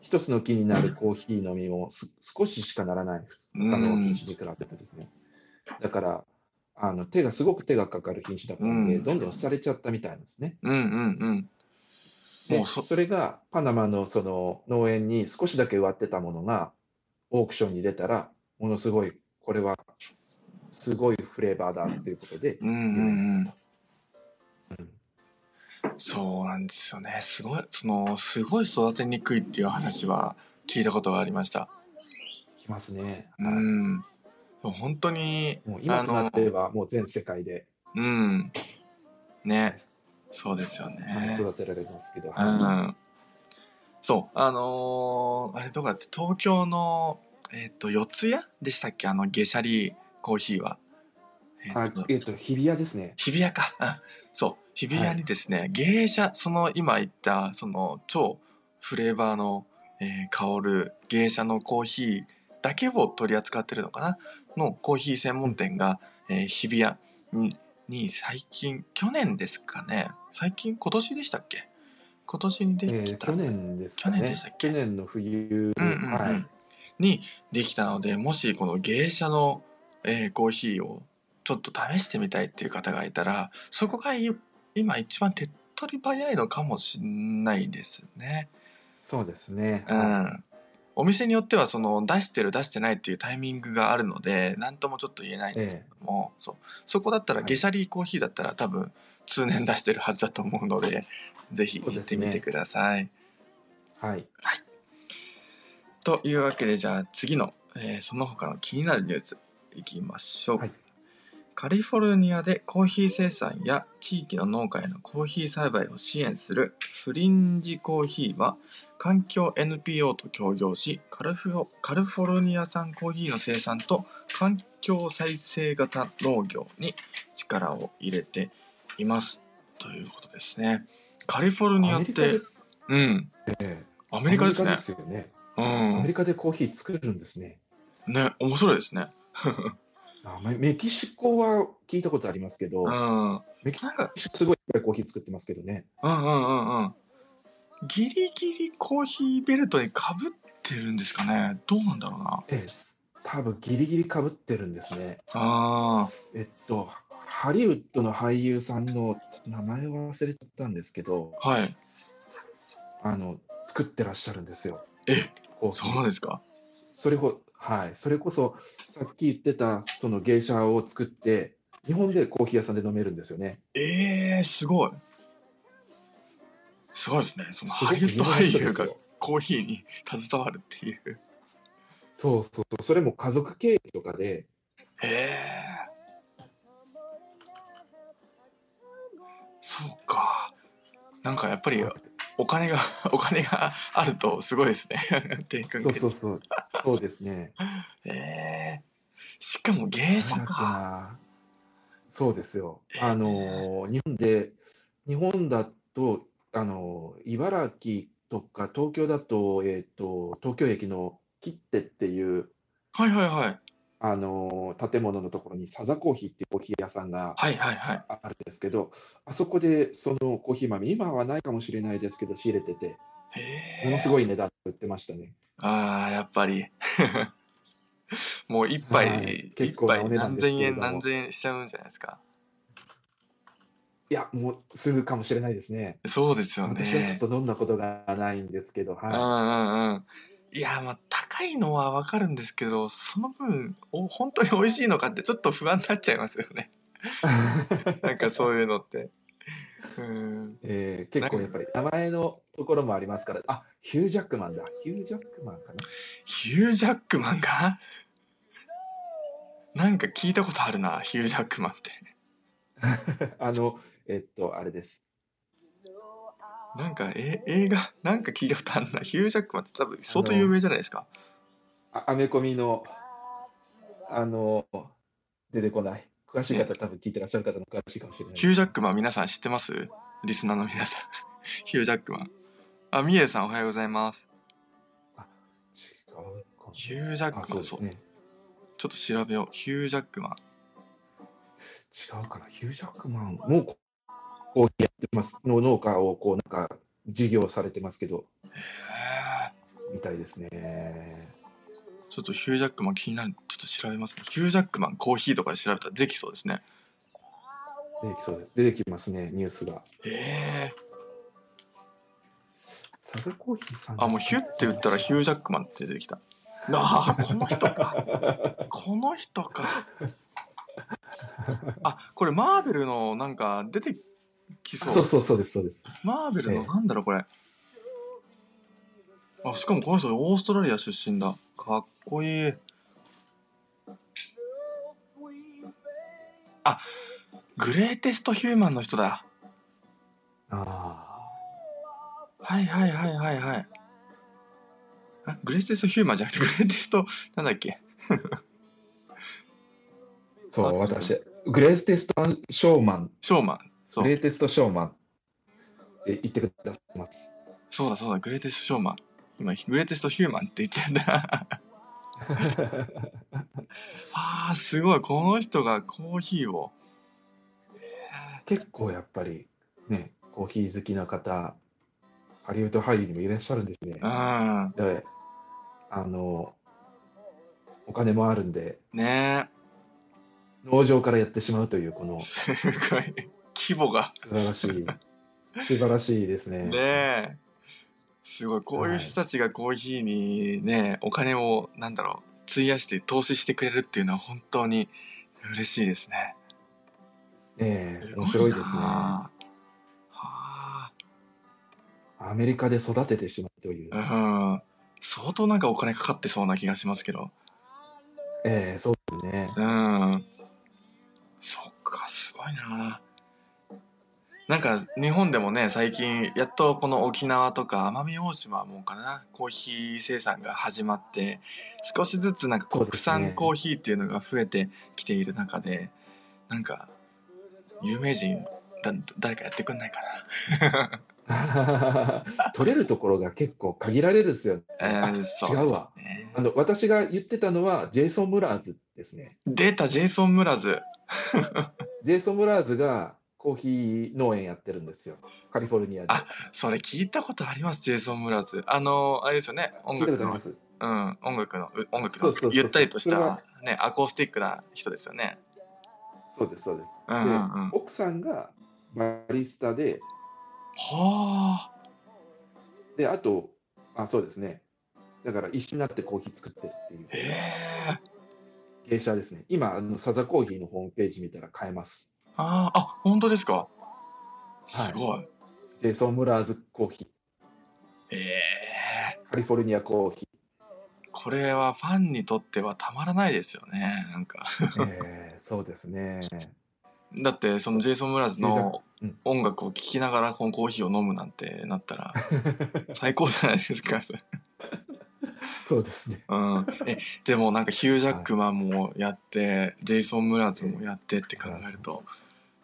B: 一つの木になるコーヒーの実もす少ししかならない、
A: うん
B: 他の品種に比べてですね。だから、あの、手が、すごく手がかかる品種だったんで、
A: うん
B: どんどん廃れちゃったみたいなんですね。
A: うん、うん、うん。
B: で
A: もうそ、
B: それがパナマのその農園に少しだけ植わってたものがオークションに出たらものすごいこれはすごいフレーバーだっていうことで、
A: うん、うん、うん。
B: うん
A: そうなんですよね。すごい、その、すごい育てにくいっていう話は聞いたことがありました。
B: きますね、
A: う
B: はい
A: ん。でも本当に、
B: もう今とな
A: あ
B: って
A: の
B: はもう全世界で
A: うん。ね。そうですよね。
B: 育てられますけど、
A: う
B: はい
A: ん。そう、あのーあれとかって東京の、えっ、と、四谷でしたっけあの、ゲシャリコーヒーは。え
B: あ
A: っと
B: えっと日比谷ですね
A: 日比谷か。うんそう。日比谷にですね、芸者、その今言った、その超フレーバーの、えー香る芸者のコーヒーだけを取り扱ってるのかなのコーヒー専門店が、えー日比谷にに最近、去年ですかね最近、今年でしたっけ今年にで
B: えー
A: きた。
B: 去年ですか
A: 去
B: ね
A: 年でしたっけ
B: 去年の冬、
A: うんうんうん
B: はい
A: にできたのでもしこの芸者の、えーコーヒーをちょっと試してみたいっていう方がいたらそこがい今一番手っ取り早いのかもしんないですね。
B: そうですね。
A: う
B: はい
A: んお店によってはその出してる出してないっていうタイミングがあるので何ともちょっと言えないんですけども、そうそこだったら
B: はい
A: ゲシャリーコーヒーだったら多分通年出してるはずだと思うのでぜひ行ってみてください。
B: はい。
A: というわけでじゃあ次の、えーその他の気になるニュースいきましょう、
B: はい
A: カリフォルニアでコーヒー生産や地域の農家へのコーヒー栽培を支援するフリンジコーヒーは環境 NPO と協業しカルフォカルフォルニア産コーヒーの生産と環境再生型農業に力を入れていますということですねカリフォルニア
B: ア
A: っ
B: メリカで
A: てうん
B: え
A: ア
B: え
A: メリカです
B: アメ
A: ね
B: リカですよね。
A: うん
B: アメリカでコーヒー作るんですね。
A: ね面白いですね
B: あメメキシコは聞いたことありますけど、
A: うん
B: メキシ
A: なんか、
B: コすごいいっぱいコーヒー作ってますけどね。
A: うんうんうんうん。ギリギリコーヒーベルトにかぶってるんですかね。どうなんだろうな。
B: ええ、多分ギリギリかぶってるんですね。
A: あ
B: えっと、ハリウッドの俳優さんの名前を忘れちゃったんですけど、
A: あ、はい。
B: あの作ってらっしゃるんですよ。
A: え、
B: コーヒー
A: そうなんですか。
B: それほはい、それこそさっき言ってたその芸者を作って、日本でコーヒー屋さんで飲めるんですよね。
A: えー、すごい。すごいですね。その
B: す
A: ハ
B: ごく
A: リウッド俳優
B: 有名な人です
A: が
B: よ
A: コーヒーに携わるっていう。
B: そうそうそう、それも家族経営とかで、
A: ええそうか。なんかやっぱりお金が、お金があるとすごいですね。 [LAUGHS] 天空
B: そうそう
A: [LAUGHS]
B: そう、そうですね。
A: ええしかも芸者
B: なんだっけ
A: か。
B: なそうですよ。
A: えー
B: あのー日本で、日本だと、あのー茨城とか東京だと、えっと、東京駅の切手っていう、
A: はいはいはい。
B: あのー建物のところにサザコーヒーっていうコーヒー屋さんが
A: はいはいはい。
B: あるんですけど、あそこでそのコーヒー豆、今はないかもしれないですけど、仕入れてて、
A: へ
B: もの
A: え
B: すごい値段で売ってましたね。
A: ああ、やっぱり。 [LAUGHS] もう一杯、
B: はい
A: 一
B: 結構な
A: 杯
B: お値段
A: 何
B: ですけ
A: 千
B: れど
A: 円
B: も
A: 何千円しちゃうんじゃないですか。
B: いや、もうするかもしれないですね。
A: そうですよ
B: 私はちょっ
A: ね。
B: と飲んだことがないんですけど、
A: うん
B: は
A: うんうん。いや、まあ高いのはわかるんですけど、その分、お本当に美味しいのかってちょっと不安になっちゃいますよね。
B: [LAUGHS] い。
A: なんかそういうのって。うん。
B: えー結構やっぱり名前のところもありますから、あヒュージャックマンだ、ヒュージャックマンかな。 [LAUGHS]
A: ヒュージャックマンがなんか聞いたことあるな、ヒュージャックマンって。
B: あの、えっと、あれです。
A: なんか、え、映画、なんか聞いたことあるな。ヒュージャックマンって多分相当有名じゃないですか。
B: あアメコミの、あの、出てこない。詳しい方、多分聞いてらっしゃる方の詳しいかもしれない。
A: ヒュージャックマン皆さん知ってますリスナーの皆さん。 [LAUGHS] ヒュージャックマン。あ、ミエさんおはようございます。
B: 違うかな
A: ヒュージャッ
B: あ、
A: ク
B: そう
A: マ
B: で
A: ン、
B: す
A: そう。
B: ね。
A: ちょっと調べよう。ヒュージャックマン。
B: 違うかな。ヒュージャックマンもうココーヒーやってます。の農家を、こう、なんか、事業されてますけど、
A: へー
B: みたいですね。
A: ちょっとヒュージャックマン気になる。ちょっと調べますね。ヒュージャックマンコーヒーとかで調べたら出てきそうですね。
B: 出てきそうです。出てきますね、ニュースが。
A: ええ
B: サザコーヒーさん
A: あ、もうヒュって言ったらヒュージャックマンって出てきた。ああ、この人か。この人か。あ、これマーベルのなんか出てきそう。
B: そうそうそうです、そうです。
A: マーベルの
B: ええ
A: なんだろうこれ。あ、しかもこの人オーストラリア出身だ。かっこいい。あ、グレーテストヒューマンの人だ。
B: あ
A: はいはいはいはいはい。あグレーテストヒューマンじゃなくてグレーテストなんだっけ
B: あ、そう、私、グレーテストショーマン、
A: ショーマン。そ
B: グ
A: う
B: レーテストショーマンって言ってくださいます。 [LAUGHS]
A: そうだそうだ、グレーテストショーマン。今、グレーテストヒューマンって言っちゃった。 [LAUGHS] ああ、すごい。この人がコーヒーを。
B: 結構やっぱり、ね、コーヒー好きな方、ハリウッド俳優にもいらっしゃるんですね
A: う。ん。
B: であの、お金もあるんで、
A: ね
B: 農場からやってしまうという、この
A: え。すごい。規模が。
B: 素晴らし
A: [LAUGHS]
B: い、素晴らしいですね。
A: ねえ。すごい。こういう人たちがコーヒーにね、お金を、なんだろう、費やして投資してくれるっていうのは本当に嬉しいですね。
B: ええ面白いですね。
A: ごなは
B: アメリカで育ててしまうという、
A: あ。うん。相当なんかお金かかってそうな気がしますけど。
B: ええそうですね。
A: うん。そっか、すごいな。なんか、日本でもね、最近、やっとこの沖縄とか奄美大島もかな、コーヒー生産が始まって、少しずつなんか
B: そう
A: 国
B: ですね
A: 産コーヒーっていうのが増えてきている中で、なんか、有名人、だ誰かやってくんないか
B: [LAUGHS] 取れるところが結構限られるんですよ、ね
A: な。え
B: あ
A: ー、そう
B: 違う
A: です
B: わ
A: ね。
B: あの。私が言ってたのは、ジェイソン・ムラーズですね。
A: 出た、ジェイソン・ムラズ。
B: ジェイソン・ムラーズがコーヒー農園やってるんですよ、カリフォルニアで。
A: あそれ聞いたことあります、ジェイソン・ムラズ。あの、あれですよね、音
B: 聞いたこと
A: 楽
B: あり
A: の
B: ます。
A: うん、音楽の、う音楽
B: そうそう
A: の
B: そうそう
A: ゆったりとし
B: それ
A: た
B: は、
A: ね、アコースティックな人ですよね。
B: そうです、そうです。
A: うんうんうん
B: で、奥さんがバリスタで、
A: はあ、
B: で、あと、あ、そうですね。だから一緒になってコーヒー作ってるっていう
A: へえ。
B: 芸者ですね。今、あのサザコーヒーのホームページ見たら買えます。
A: あーあ、本当ですか。すごい。
B: ジェイソン・ムラーズコーヒ
A: ええ。
B: ー、カリフォルニアコーヒ
A: これはファンにとってはたまらないですよね。なんか。 [LAUGHS]
B: ー。えーそうですね。
A: だって、そのジェイソン・ムラズの
B: うん
A: 音楽を聴きながら、このコーヒーを飲むなんて
B: [LAUGHS]
A: なったら、最高じゃないですか。
B: そうですね。
A: うん、えでもなんかヒュー・ジャックマンもやって、ジェイソン・ムラズもやってって考えると、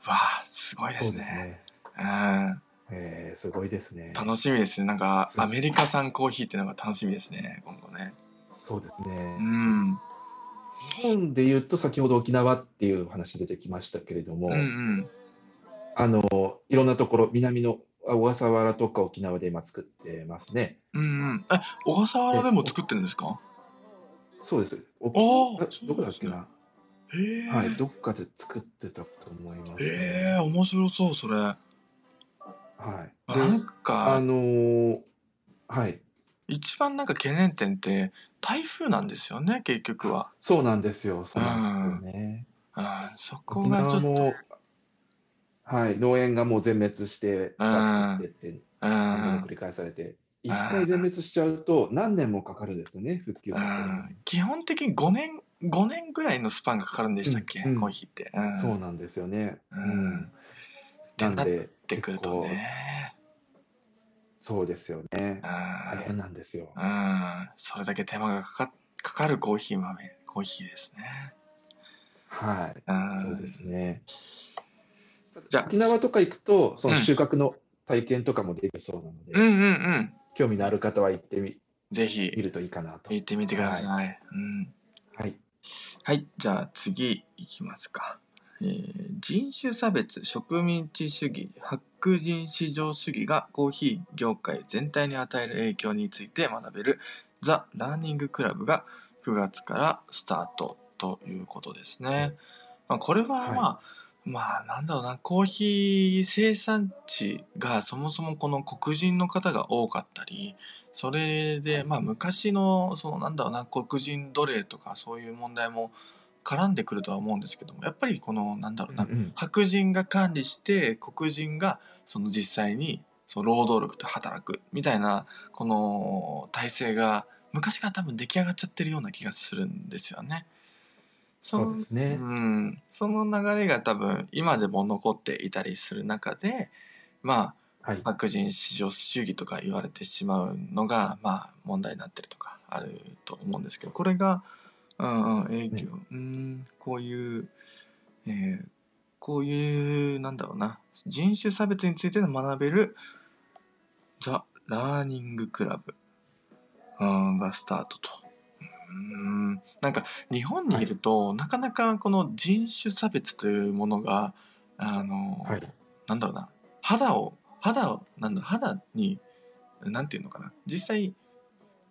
A: わあすごいです
B: そうです
A: ね
B: ね。
A: うん
B: えーすごいですね。
A: 楽しみですねなんか
B: そう
A: アメリカ産コーヒーっていうのが楽しみですね今後ね
B: そうです
A: う
B: ね。
A: ん
B: 日本で言うと、先ほど沖縄っていう話出てきましたけれども、
A: うんうん
B: あの、いろんなところ、南のあ小笠原とか沖縄で今作ってますね。
A: うんうんえ小笠原でも作ってるんですか
B: そうです。お
A: おー
B: あどこだっけな、
A: へえ、
B: はい、どっかで作ってたと思います、
A: へえ面白そうそれあ
B: はい。で
A: なん
B: あ
A: か
B: のーはい、
A: 一番なんか懸念点って台風なんですよね結局は、
B: そうなんですよ。そうなんですよね。
A: うん、そこ
B: 沖
A: がち
B: 縄
A: ょっと
B: も、はい、農園がもう全滅して、バツってって、
A: うん
B: あの繰り返されて、一
A: う
B: 回
A: ん
B: 全滅しちゃうと何年もかかるんですよね、復旧
A: う
B: させるの
A: ん基本的に5年5年ぐらいのスパンがかかるんでしたっけ、
B: うんうん
A: コーヒーって、うん
B: に。そうなんですよね。
A: うん
B: な
A: って
B: ん
A: なっ
B: で、
A: てくるとね
B: そうですよね
A: う。
B: 大
A: ん、
B: 変なんですよ。
A: うん、それだけ手間がかかかかるコーヒー豆コーヒーですね、
B: はい。
A: うん、
B: そうですね。
A: じゃあ
B: 沖縄とか行くと、その
A: うん
B: 収穫の体験とかもできるそうなので、
A: うんうんうん
B: 興味のある方は行ってみ
A: ぜひ
B: 見るといいかなと。
A: 行ってみてください、はいうん
B: はい。
A: はい、じゃあ次いきますか、えー人種差別植民地主義白人至上主義がコーヒー業界全体に与える影響について学べるザ・ラーニングクラブが9月からスタートということですね、まあ、これはまあ、まあなんだろうなコーヒー生産地がそもそもこの黒人の方が多かったりそれで、まあ、昔のそのなんだろうな黒人奴隷とかそういう問題も絡んでくるとは思うんですけどもやっぱりこのなんだろうな、
B: うん
A: 白人が管理して黒人がその実際にその労働力と働くみたいなこの体制が昔から多分出来上がっちゃってるような気がするんですよね。そ
B: そ
A: の
B: うですね。
A: うん、その流れが多分今でも残っていたりする中でま
B: はい
A: あ。白人至上主義とか言われてしまうのがまあ問題になってるとかあると思うんですけどこれが、うんうん、
B: そうで
A: 影
B: すね
A: 響、うんこういう、えーこういうなんだろうな人種差別について学べるザ・ラーニングクラブうんがスタートと。うんなんか日本にいると、なかなかこの人種差別というものがあの、
B: はい。
A: なんだろうな肌を肌をなんだ肌になんていうのかな実際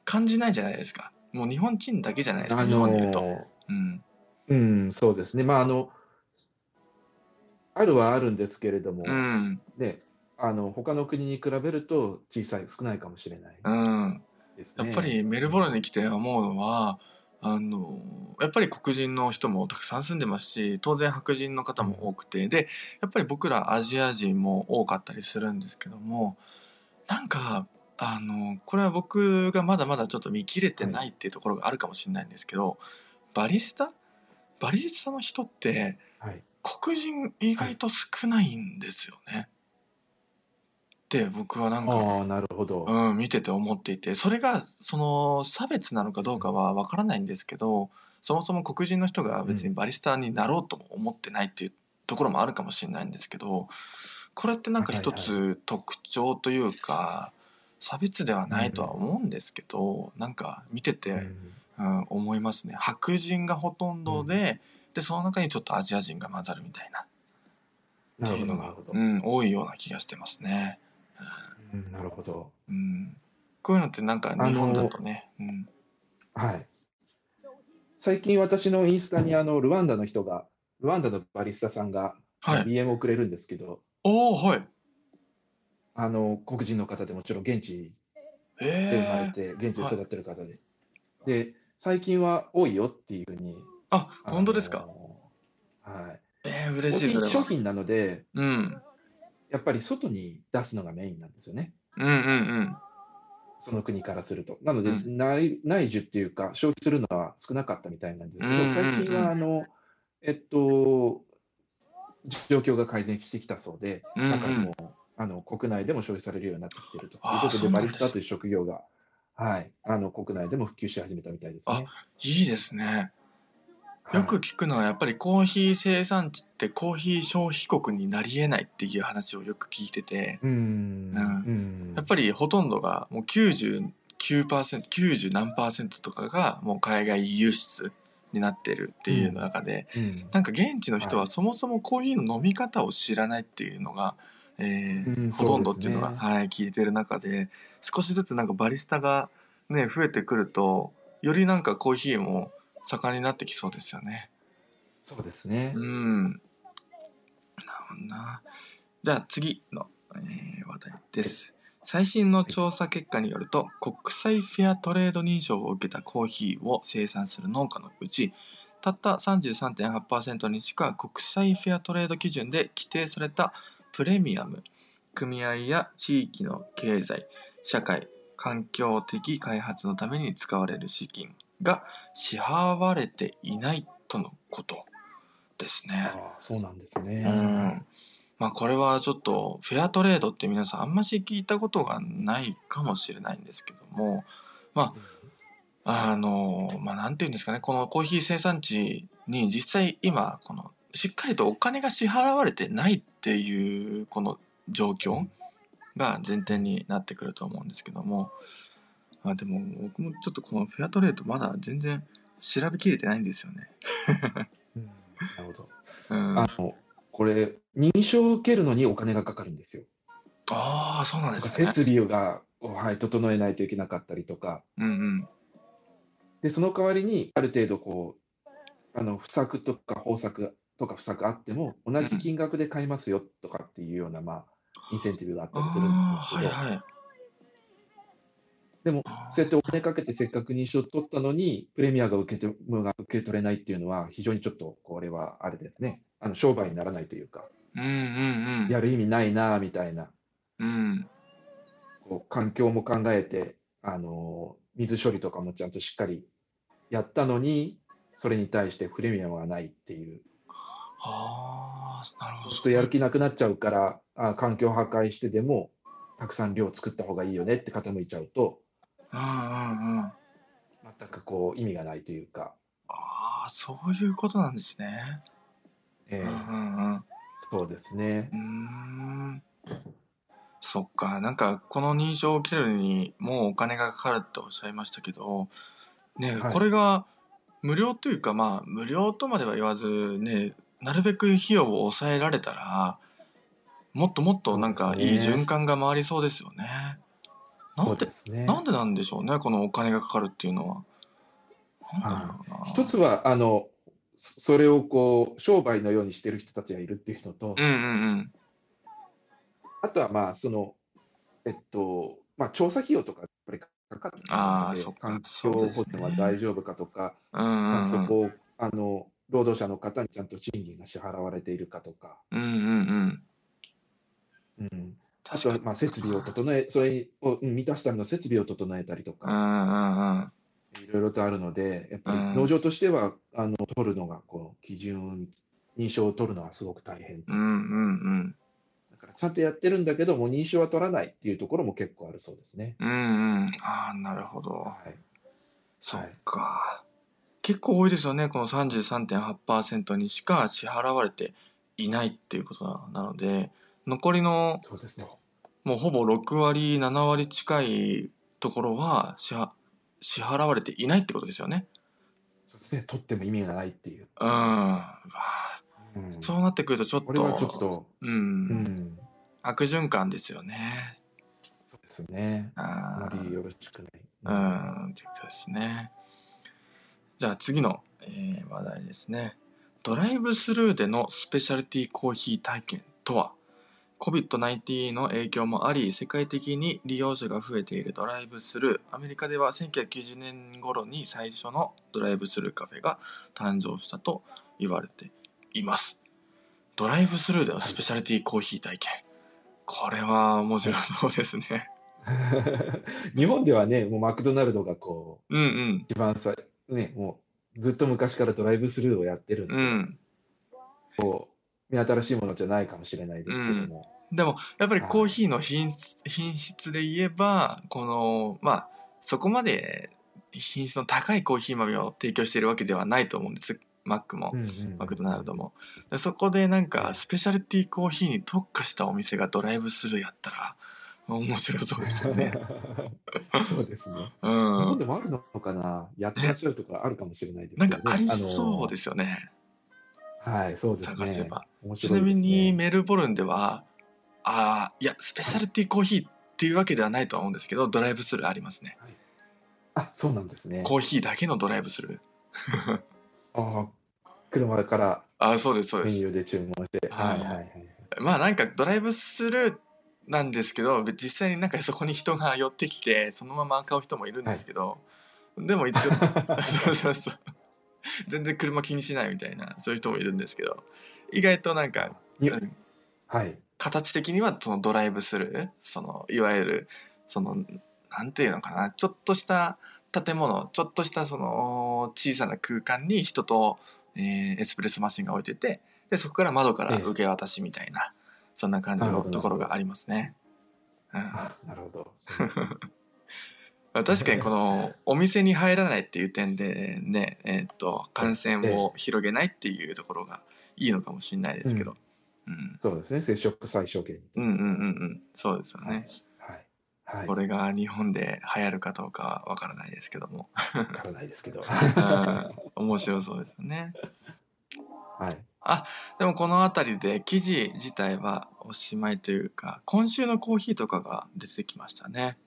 A: 感じないじゃないですかもう日本人だけじゃないですか、
B: あ
A: 日本にいると。
B: の
A: うん。
B: うん、そうですね。まあ、あの、あるはあるんですけれども、
A: うん。
B: ね、あの、他の国に比べると小さい、少ないかもしれない
A: うん。
B: です
A: やっ
B: ね。
A: ぱりメルボルンに来て思うのは、あの、やっぱり黒人の人もたくさん住んでますし、当然白人の方も多くて、で、やっぱり僕らアジア人も多かったりするんですけども、なんか、あの、これは僕がまだまだちょっと見切れてないっていうところがあるかもしれないんですけど、バリスタバリスタの人って、
B: はい。
A: 黒人意外と少ないんですよね。って僕はなんか、
B: ああ、なるほど。
A: うん、見てて思っていてそれがその差別なのかどうかはわからないんですけどそもそも黒人の人が別にバリスタになろうとも思ってないっていうところもあるかもしれないんですけどこれってなんか一
B: は
A: つ特徴というか差別ではないとは思うんですけどなんか見て
B: う
A: て、
B: ん
A: うん、思いますね白人がほとんどで、でその中にちょっとアジア人が混ざるみたいな
B: な
A: っ
B: るほ
A: ていう
B: ど、
A: の
B: な
A: が
B: るほど。
A: う、ん、多いような気がしてますね。
B: うんなるほど。
A: うん、こういうのってなんか日本だとね、うん、
B: はい。最近私のインスタにあのルワンダの人が、ルワンダのバリスタさんが
A: はい。
B: DM をくれるんですけど、
A: おおはい。
B: あの黒人の方でもちろん現地で生まれ
A: ええ
B: て、現地で育ってる方で。で、最近は多いよっていうふうに。
A: あ
B: あの
A: 本当ですか。。
B: はい。
A: ええ嬉しいそれ
B: 商
A: は。
B: 品なので、
A: うん
B: やっぱり外に出すのがメインなんですよね。
A: うんうん
B: その国からすると。なので、
A: うん
B: 内内需っていうか、消費するのは少なかったみたいなんですけ
A: うんうんう
B: ど、
A: ん
B: 最近は、あの、えっと、状況が改善してきたそうで、
A: うんうん
B: 中でも、あの、国内でも消費されるようになってきてるという
A: あー
B: こと
A: そ
B: で、
A: うな
B: バ
A: んで
B: リ
A: す
B: スタという職業が、はい、あの、国内でも普及し始めたみたいですね。
A: いいですね。
B: はい
A: よく聞くのはやっぱりコーヒー生産地ってコーヒー消費国になり得ないっていう話をよく聞いてて、
B: うーん、
A: うん
B: うん
A: やっぱりほとんどがもう99%、90何パーセントとかがもう海外輸出になってるっていう中で、
B: うん
A: なんか現地の人
B: は
A: はそもそもコーヒーの飲み方を知らないっていうのが、えー
B: うん
A: ほとんどっていうのが
B: そうです
A: はい、聞いてる中で少しずつなんかバリスタが、ね、増えてくるとよりなんかコーヒーも盛んになってきそうですよね。
B: そうですね
A: う。ん、なるほどなじゃあ次の、えー話題です。最新の調査結果によると国際フェアトレード認証を受けたコーヒーを生産する農家のうちたった33.8%にしか国際フェアトレード基準で規定されたプレミアム組合や地域の経済社会環境的開発のために使われる資金が支払われていないとのことですね。
B: あーそうなんですね。
A: うんまあこれはちょっとフェアトレードって皆さんあんまし聞いたことがないかもしれないんですけどもあのまあなんていうんですかねこのコーヒー生産地に実際今このしっかりとお金が支払われてないっていうこの状況が前提になってくると思うんですけどもまあでも僕もちょっとこのフェアトレードまだ全然調べきれてないんですよね。
B: うんなるほど。
A: うん、
B: あ
A: あ
B: の、これ、認証を受けるのにお金がかかるんですよ。
A: あーそうなんですね。
B: 設備が、こうはい、整えないといけなかったりとか、
A: うんうん
B: で、その代わりに、ある程度、こう、あの、不作とか豊作とか不作あっても、同じ金額で買いますよとかっていうような、まあ、インセンティブがあったりするん
A: ああー
B: ですけ
A: はい
B: ど、
A: はい。
B: でも、
A: あー
B: そうやってお金かけてせっかく認証取ったのに、プレミアが受けてが受け取れないっていうのは、非常にちょっと、これはあれですね、あの商売にならないというか、
A: うんうんうん。
B: やる意味ないなあみたいな。
A: うん。
B: こう環境も考えて、あのー水処理とかもちゃんとしっかりやったのに、それに対してプレミアムはないっていう、
A: ああ、なるほ
B: そう
A: ど。
B: するとやる気なくなっちゃうから、あ環境破壊してでも、たくさん量作った方がいいよねって傾いちゃうと、
A: うんうんうん。あ
B: 全くこう意味がないというか、
A: あ、そういうことなんですね。
B: え
A: う
B: ー
A: んうんうん。
B: そうですね
A: うー。ん。そっか、なんかこの認証を受けるのにもうお金がかかるっておっしゃいましたけど、ね、
B: はい
A: これが無料というか、まあ無料とまでは言わず、ね、なるべく費用を抑えられたら、もっともっとなんかいい
B: そうですね
A: 循環が回りそうですよね。な
B: そ
A: ん
B: う
A: で
B: ですね。
A: なんでなんでしょうね、このお金がかかるっていうのは。なんだろうな。
B: 一つはあのそそれをこう商売のようにしてる人たちがいるっていうのと、
A: うんうん
B: あとはまあそのえっとまあ調査費用とかやっぱりかかってくる
A: あ
B: の
A: ー
B: で
A: そっか
B: 環
A: そ
B: 境
A: うです
B: 保
A: ね
B: 全は大丈夫かとか、
A: うん。うん
B: ち
A: う
B: ゃん
A: んう
B: と
A: ん。
B: こうあの労働者の方にちゃんと賃金が支払われているかとか、
A: うんうんうん。
B: うん、あ
A: 確
B: と
A: か
B: は
A: に。
B: まあ設備を整えそれをうん満たすための設備を整えたりと
A: うんう
B: か、
A: んうん。
B: いろいろとあるのでやっぱり
A: うん
B: 農場としてはあの取るのがこう基準認証を取るのはすごく大変。
A: うんうん
B: だからちゃんとやってるんだけども認証は取らないっていうところも結構あるそうですね。
A: うん。うんうん。ああ、なるほど。
B: はい
A: そっか。結構多いですよね。この33.8%にしか支払われていないっていうことななので、残りの
B: そうですね。
A: もうほぼ6割、7割近いところは支払支払われていないってことですよね。
B: そうですね。取っても意味がないっていう。
A: うん。うわあ
B: うん
A: そうなってくるとちょっと、
B: これはちょっと、
A: う、
B: うんん、
A: 悪循環ですよね。
B: そうですね。あ
A: あ
B: まり
A: ー
B: よろしくない。
A: う。ん、ということですね。じゃあ次の、えー話題ですね。ドライブスルーでのスペシャルティコーヒー体験とは COVID-19 の影響もあり、世界的に利用者が増えているドライブスルー。アメリカでは1990年頃に最初のドライブスルーカフェが誕生したと言われています。ドライブスルーでのスペシャルティコーヒー体験。これは面白そうですね。
B: [LAUGHS] 日本ではね、もうマクドナルドがこ
A: うんうん。
B: う、一番さ、ね、もうずっと昔からドライブスルーをやってるんで、
A: うん。
B: 目新しいものじゃないかもしれないですけども。
A: でもやっぱりコーヒーの品質品質で言えばこのまあそこまで品質の高いコーヒー豆を提供しているわけではないと思うんですマックも、
B: うんうんうん
A: マクドナルドもでそこでなんかスペシャルティーコーヒーに特化したお店がドライブスルーやったら面白そうですよね
B: [LAUGHS] そうですね。
A: う
B: 日本
A: ん
B: でもあるのかなやってらっしゃるところあるかもしれないです
A: な
B: け
A: ん
B: ど、
A: か
B: ね。
A: ありそうですよね
B: あのはい、そうですね。
A: 探せば、
B: 面
A: ち
B: 白
A: ない
B: ですね
A: みにメルボルンではああいやスペシャルティーコーヒーっていうわけではないとは思うんですけどドライブスルーありますね
B: あ、そうなんですね。
A: コーヒーだけのドライブスルー
B: ああ、車から
A: あそうですそ
B: メ
A: うで
B: ニ
A: す
B: ューで注文して。
A: は
B: はいいはいはい。
A: まあなんかドライブスルーなんですけど実際になんかそこに人が寄ってきてそのまま買う人もいるんですけど、でも一応そうそうそう全然車気にしないみたいなそういう人もいるんですけど意外となんか
B: に
A: うん
B: はい。
A: 形的にはそのドライブスルーそのいわゆるそのなんていうのかなちょっとした建物ちょっとしたその小さな空間に人と、えーエスプレッソマシンが置いててでそこから窓から
B: ええ
A: 受け渡しみたいな、そんな感じ
B: なる
A: の
B: ほど
A: ところがありますね。うん
B: あ、なるほど。そう
A: まあ確かにこのお店に入らないっていう点でね、えーっと感染を広げないっていうところがいいのかもしれないですけど、うん
B: そうですね。接触最小限に。
A: うん、うんうんうんそうですよね。
B: はい。はい。
A: こ
B: わ
A: れが日本で流行るかどうかはわからないですけ
B: [LAUGHS]
A: ども、
B: からないですけ
A: [LAUGHS]
B: ど。
A: うん、面白そうですよね。
B: はい。
A: でもこの辺りで記事自体はおしまいというか、今週のコーヒーとかが出てきましたね。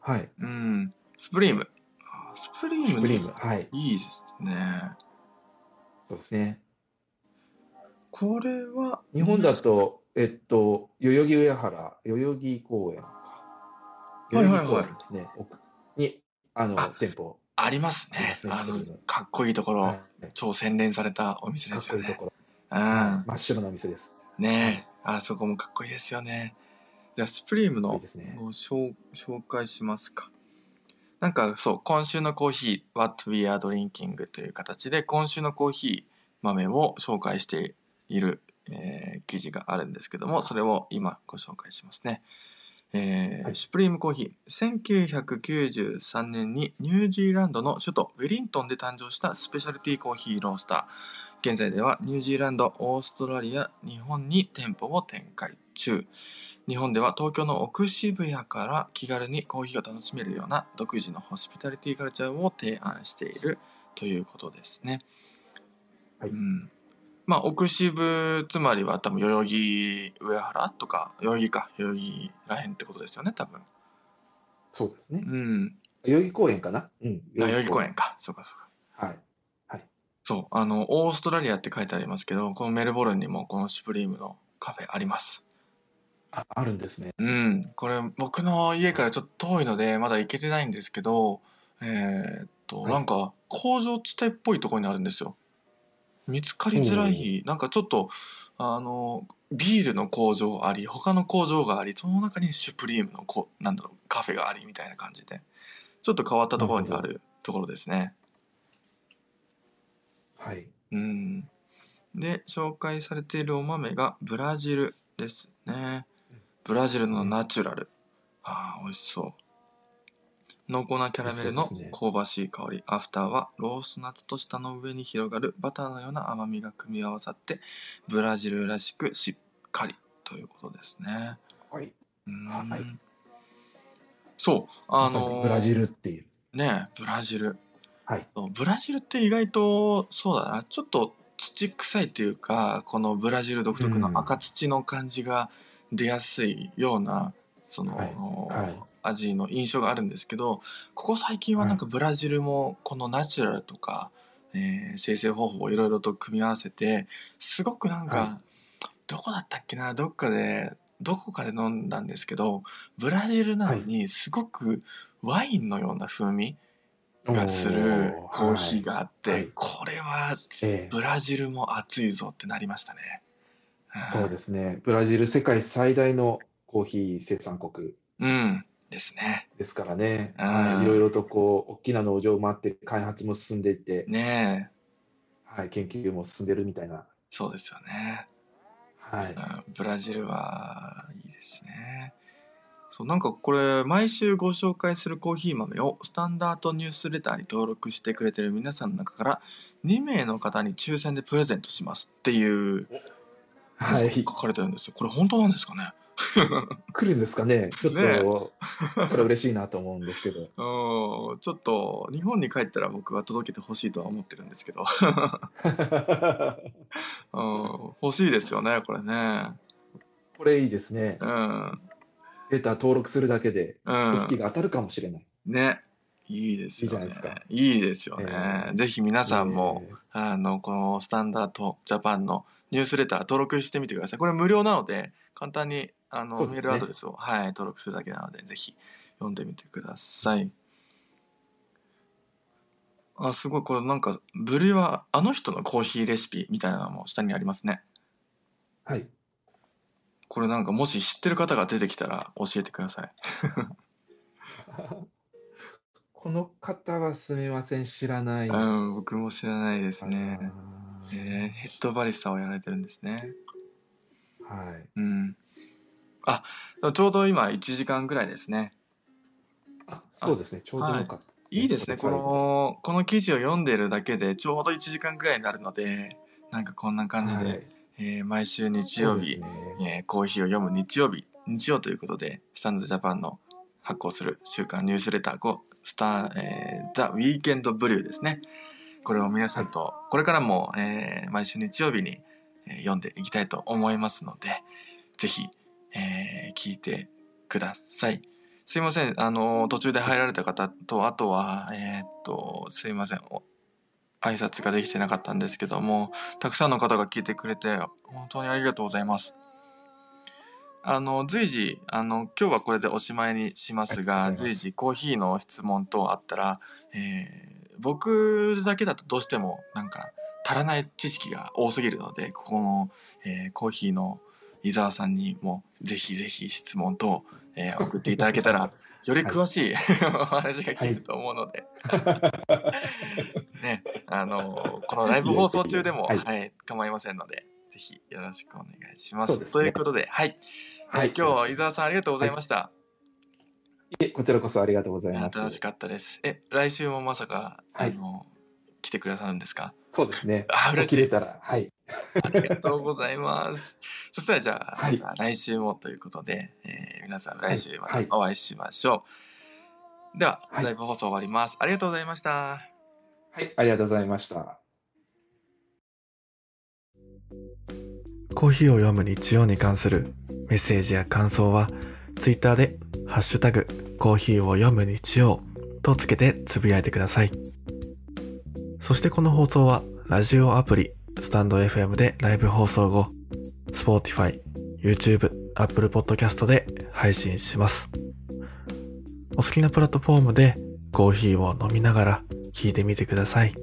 B: はい。
A: うん、スプリーム。あスプリー
B: ク
A: ム
B: リー
A: ね
B: ム。はい。
A: いいですね。
B: そうですね。
A: これは
B: 日本だと、えっと、代々木上原、代々木公園か。
A: いは
B: 代
A: いはい
B: 々木公園ですね。奥に、あの
A: あ、
B: 店舗。
A: ありますね。
B: ありますね
A: あの
B: スプリーム
A: かっこいいところ、
B: はい
A: 超洗練されたお店
B: か
A: で
B: っ
A: す
B: こ
A: よ
B: いいと
A: ね。
B: ころ。
A: う
B: は
A: ん
B: い、真っ白なお店です。
A: ねえ、あそこもかっこいいですよね。じゃあスプリーム
B: い
A: の
B: いですね。
A: を紹紹介しますか。なんかそう、今週のコーヒー、What We Are Drinking という形で、今週のコーヒー豆を紹介している、えー記事があるんですけども、それを今ご紹介しますね。えー
B: はい
A: シュプリームコーヒー1993年にニュージーランドの首都ウェリントンで誕生したスペシャルティーコーヒーロースター現在ではニュージーランドオーストラリア日本に店舗を展開中日本では東京の奥渋谷から気軽にコーヒーを楽しめるような独自のホスピタリティカルチャーを提案しているということですね。
B: はい
A: うん、まあ奥渋つまりは多分代々木上原とか代々木か代々木らへんってことですよね多分。
B: そうですね。
A: うん。
B: 代々木公園かなうん。
A: 代々木公。園か。そうかそうか。
B: はい。
A: そう、あの、オーストラリアって書いてありますけど、このメルボルンにもこのシュプリームのカフェあります。
B: あ、あるんですね。
A: うん、これ僕の家からちょっと遠いのでまだ行けてないんですけどえーっと、
B: はい
A: なんか工場地帯っぽいところにあるんですよ見つかりづらいなんかちょっとあのビールの工場あり他の工場がありその中にシュプリームのこなんだろうカフェがありみたいな感じでちょっと変わったところにあるところですね
B: はい。
A: うんで紹介されているお豆がブラジルですねブラジルのナチュラル、ああ美味しそう濃厚なキャラメル
B: 美
A: の
B: 味しそうですね
A: 香ばしい香り、アフターはローストナッツと舌の上に広がるバターのような甘みが組み合わさってブラジルらしくしっかりということですね
B: はい。
A: うん、
B: はい
A: そう
B: ま
A: あ
B: さに
A: の
B: ブラジルっていう。
A: ねえブラジル
B: はい
A: そうブラジルって意外とそうだなちょっと土臭いというかこのブラジル独特の赤土の感じが出やすいようなその、
B: はいはい
A: 味の印象があるんですけどここ最近はなんかブラジルもこのナチュラルとか、えー生成方法をいろいろと組み合わせてすごくなんか、
B: は
A: どこだったっけなどっかでどこかで飲んだんですけどブラジルなのにすごくワインのような風味、がする
B: お
A: コーヒー。があって、
B: はい
A: これは
B: はいええ
A: ブラジルも熱いぞってなりましたね。
B: そうですね。ブラジル世界最大のコーヒー生産国
A: うんですね。
B: ですからね。
A: うん
B: はい。いろいろとこう、大きな農場もあって、開発も進んでいて、
A: ねえ
B: はい。研究も進んでるみたいな。
A: そうですよね、
B: はい。
A: うんブラジルはいいですね。そうなんかこれ毎週ご紹介するコーヒー豆をスタンダードニュースレターに登録してくれてる皆さんの中から2名の方に抽選でプレゼントしますっていう
B: はい。
A: 書かれてるんですよ。これ本当なんですかね
B: 来るんですかね。ちょっ
A: ねえ
B: と、これ嬉しいなと思うんですけど。
A: うんちょっと日本に帰ったら僕は届けてほしいとは思ってるんです
B: [LAUGHS]
A: けどうん欲しいですよねこれね
B: [LAUGHS] これいいですね
A: う。ん
B: データ登録するだけで、
A: う
B: コーヒー
A: ん
B: が当たるかもしれない。
A: ねいいですよ
B: いいじゃな
A: ね
B: いですか
A: いいですよね、
B: え
A: ぜひ皆さんも、あのこのスタンダードジャパンのニュースレター登録してみてくださいこれ無料なので簡単にあの、
B: そうです
A: メ
B: ね
A: ールアドレスを、はい、登録するだけなのでぜひ読んでみてくださいあすごいこれなんかブリュはあの人のコーヒーレシピみたいなのも下にありますね
B: えーはい。
A: これなんかもし知ってる方が出てきたら教えてください
B: この方はすみません、知らない。
A: うん、僕も知らないですね。
B: あ
A: えーヘッドバリスタをやられてるんですね。
B: ーはい。
A: うん。あ、ちょうど今1時間ぐらいですね。
B: あ、そうですね、ちょうどよかった、
A: いいですね。この、この記事を読んでるだけでちょうど1時間ぐらいになるので、なんかこんな感じで、
B: はい
A: えー毎週日曜日、
B: そうですね
A: えーコーヒーを読む日曜日、日曜ということで、スタンドジャパンの発行する週刊ニュースレター5、スター、えー、ザ・ウィーケンド・ブリューですね。これを皆さんと、これからも、えー毎週日曜日に、えー読んでいきたいと思いますので、ぜひ、えー聞いてください。すいません、あのー途中で入られた方と、あとは、えーっと、すいません、お挨拶ができてなかったんですけども、たくさんの方が聞いてくれて、本当にありがとうございます。あの随時あの今日はこれでおしまいにしますが、
B: ありがとうござい
A: 随
B: ます
A: 時コーヒーの質問等あったら、えー僕だけだとどうしてもなんか足らない知識が多すぎるのでここの、えーコーヒーの伊沢さんにもぜひぜひ質問等、え
B: [LAUGHS]
A: ー送っていただけたらより詳しい、 [LAUGHS] お話が聞けると思うので、ねあのこのライブ放送中でも、
B: いえいえ
A: はい構いませんのでぜひよろしくお願いします。
B: そうですね
A: ということで、はい、
B: は
A: はいい、今日は伊沢さんありがとうございました。
B: いえこちらこそありがとうござい
A: いや
B: ます。
A: 楽しかったです。え、来週もまさか、
B: はい
A: あの来てくださるんですか。
B: そうですね。
A: あ、嬉し
B: 切れ
A: い。
B: たら、はい。
A: ありがとうございます。そしたらじゃあ、
B: はい
A: また来週もということで、えー皆さん来週ま
B: は
A: た
B: い
A: お会いしましょう。では、
B: はい
A: ライブ放送終わります。ありがとうございました。
B: はい、ありがとうございました。
A: コーヒーを読む日曜に関するメッセージや感想は、ツイッターで、ハッシュタグ、コーヒーを読む日曜、
C: とつけてつぶやいてください。そしてこの放送は、ラジオアプリ、スタンド FM でライブ放送後、Spotify、YouTube、Apple Podcast で配信します。お好きなプラットフォームでコーヒーを飲みながら聞いてみてください。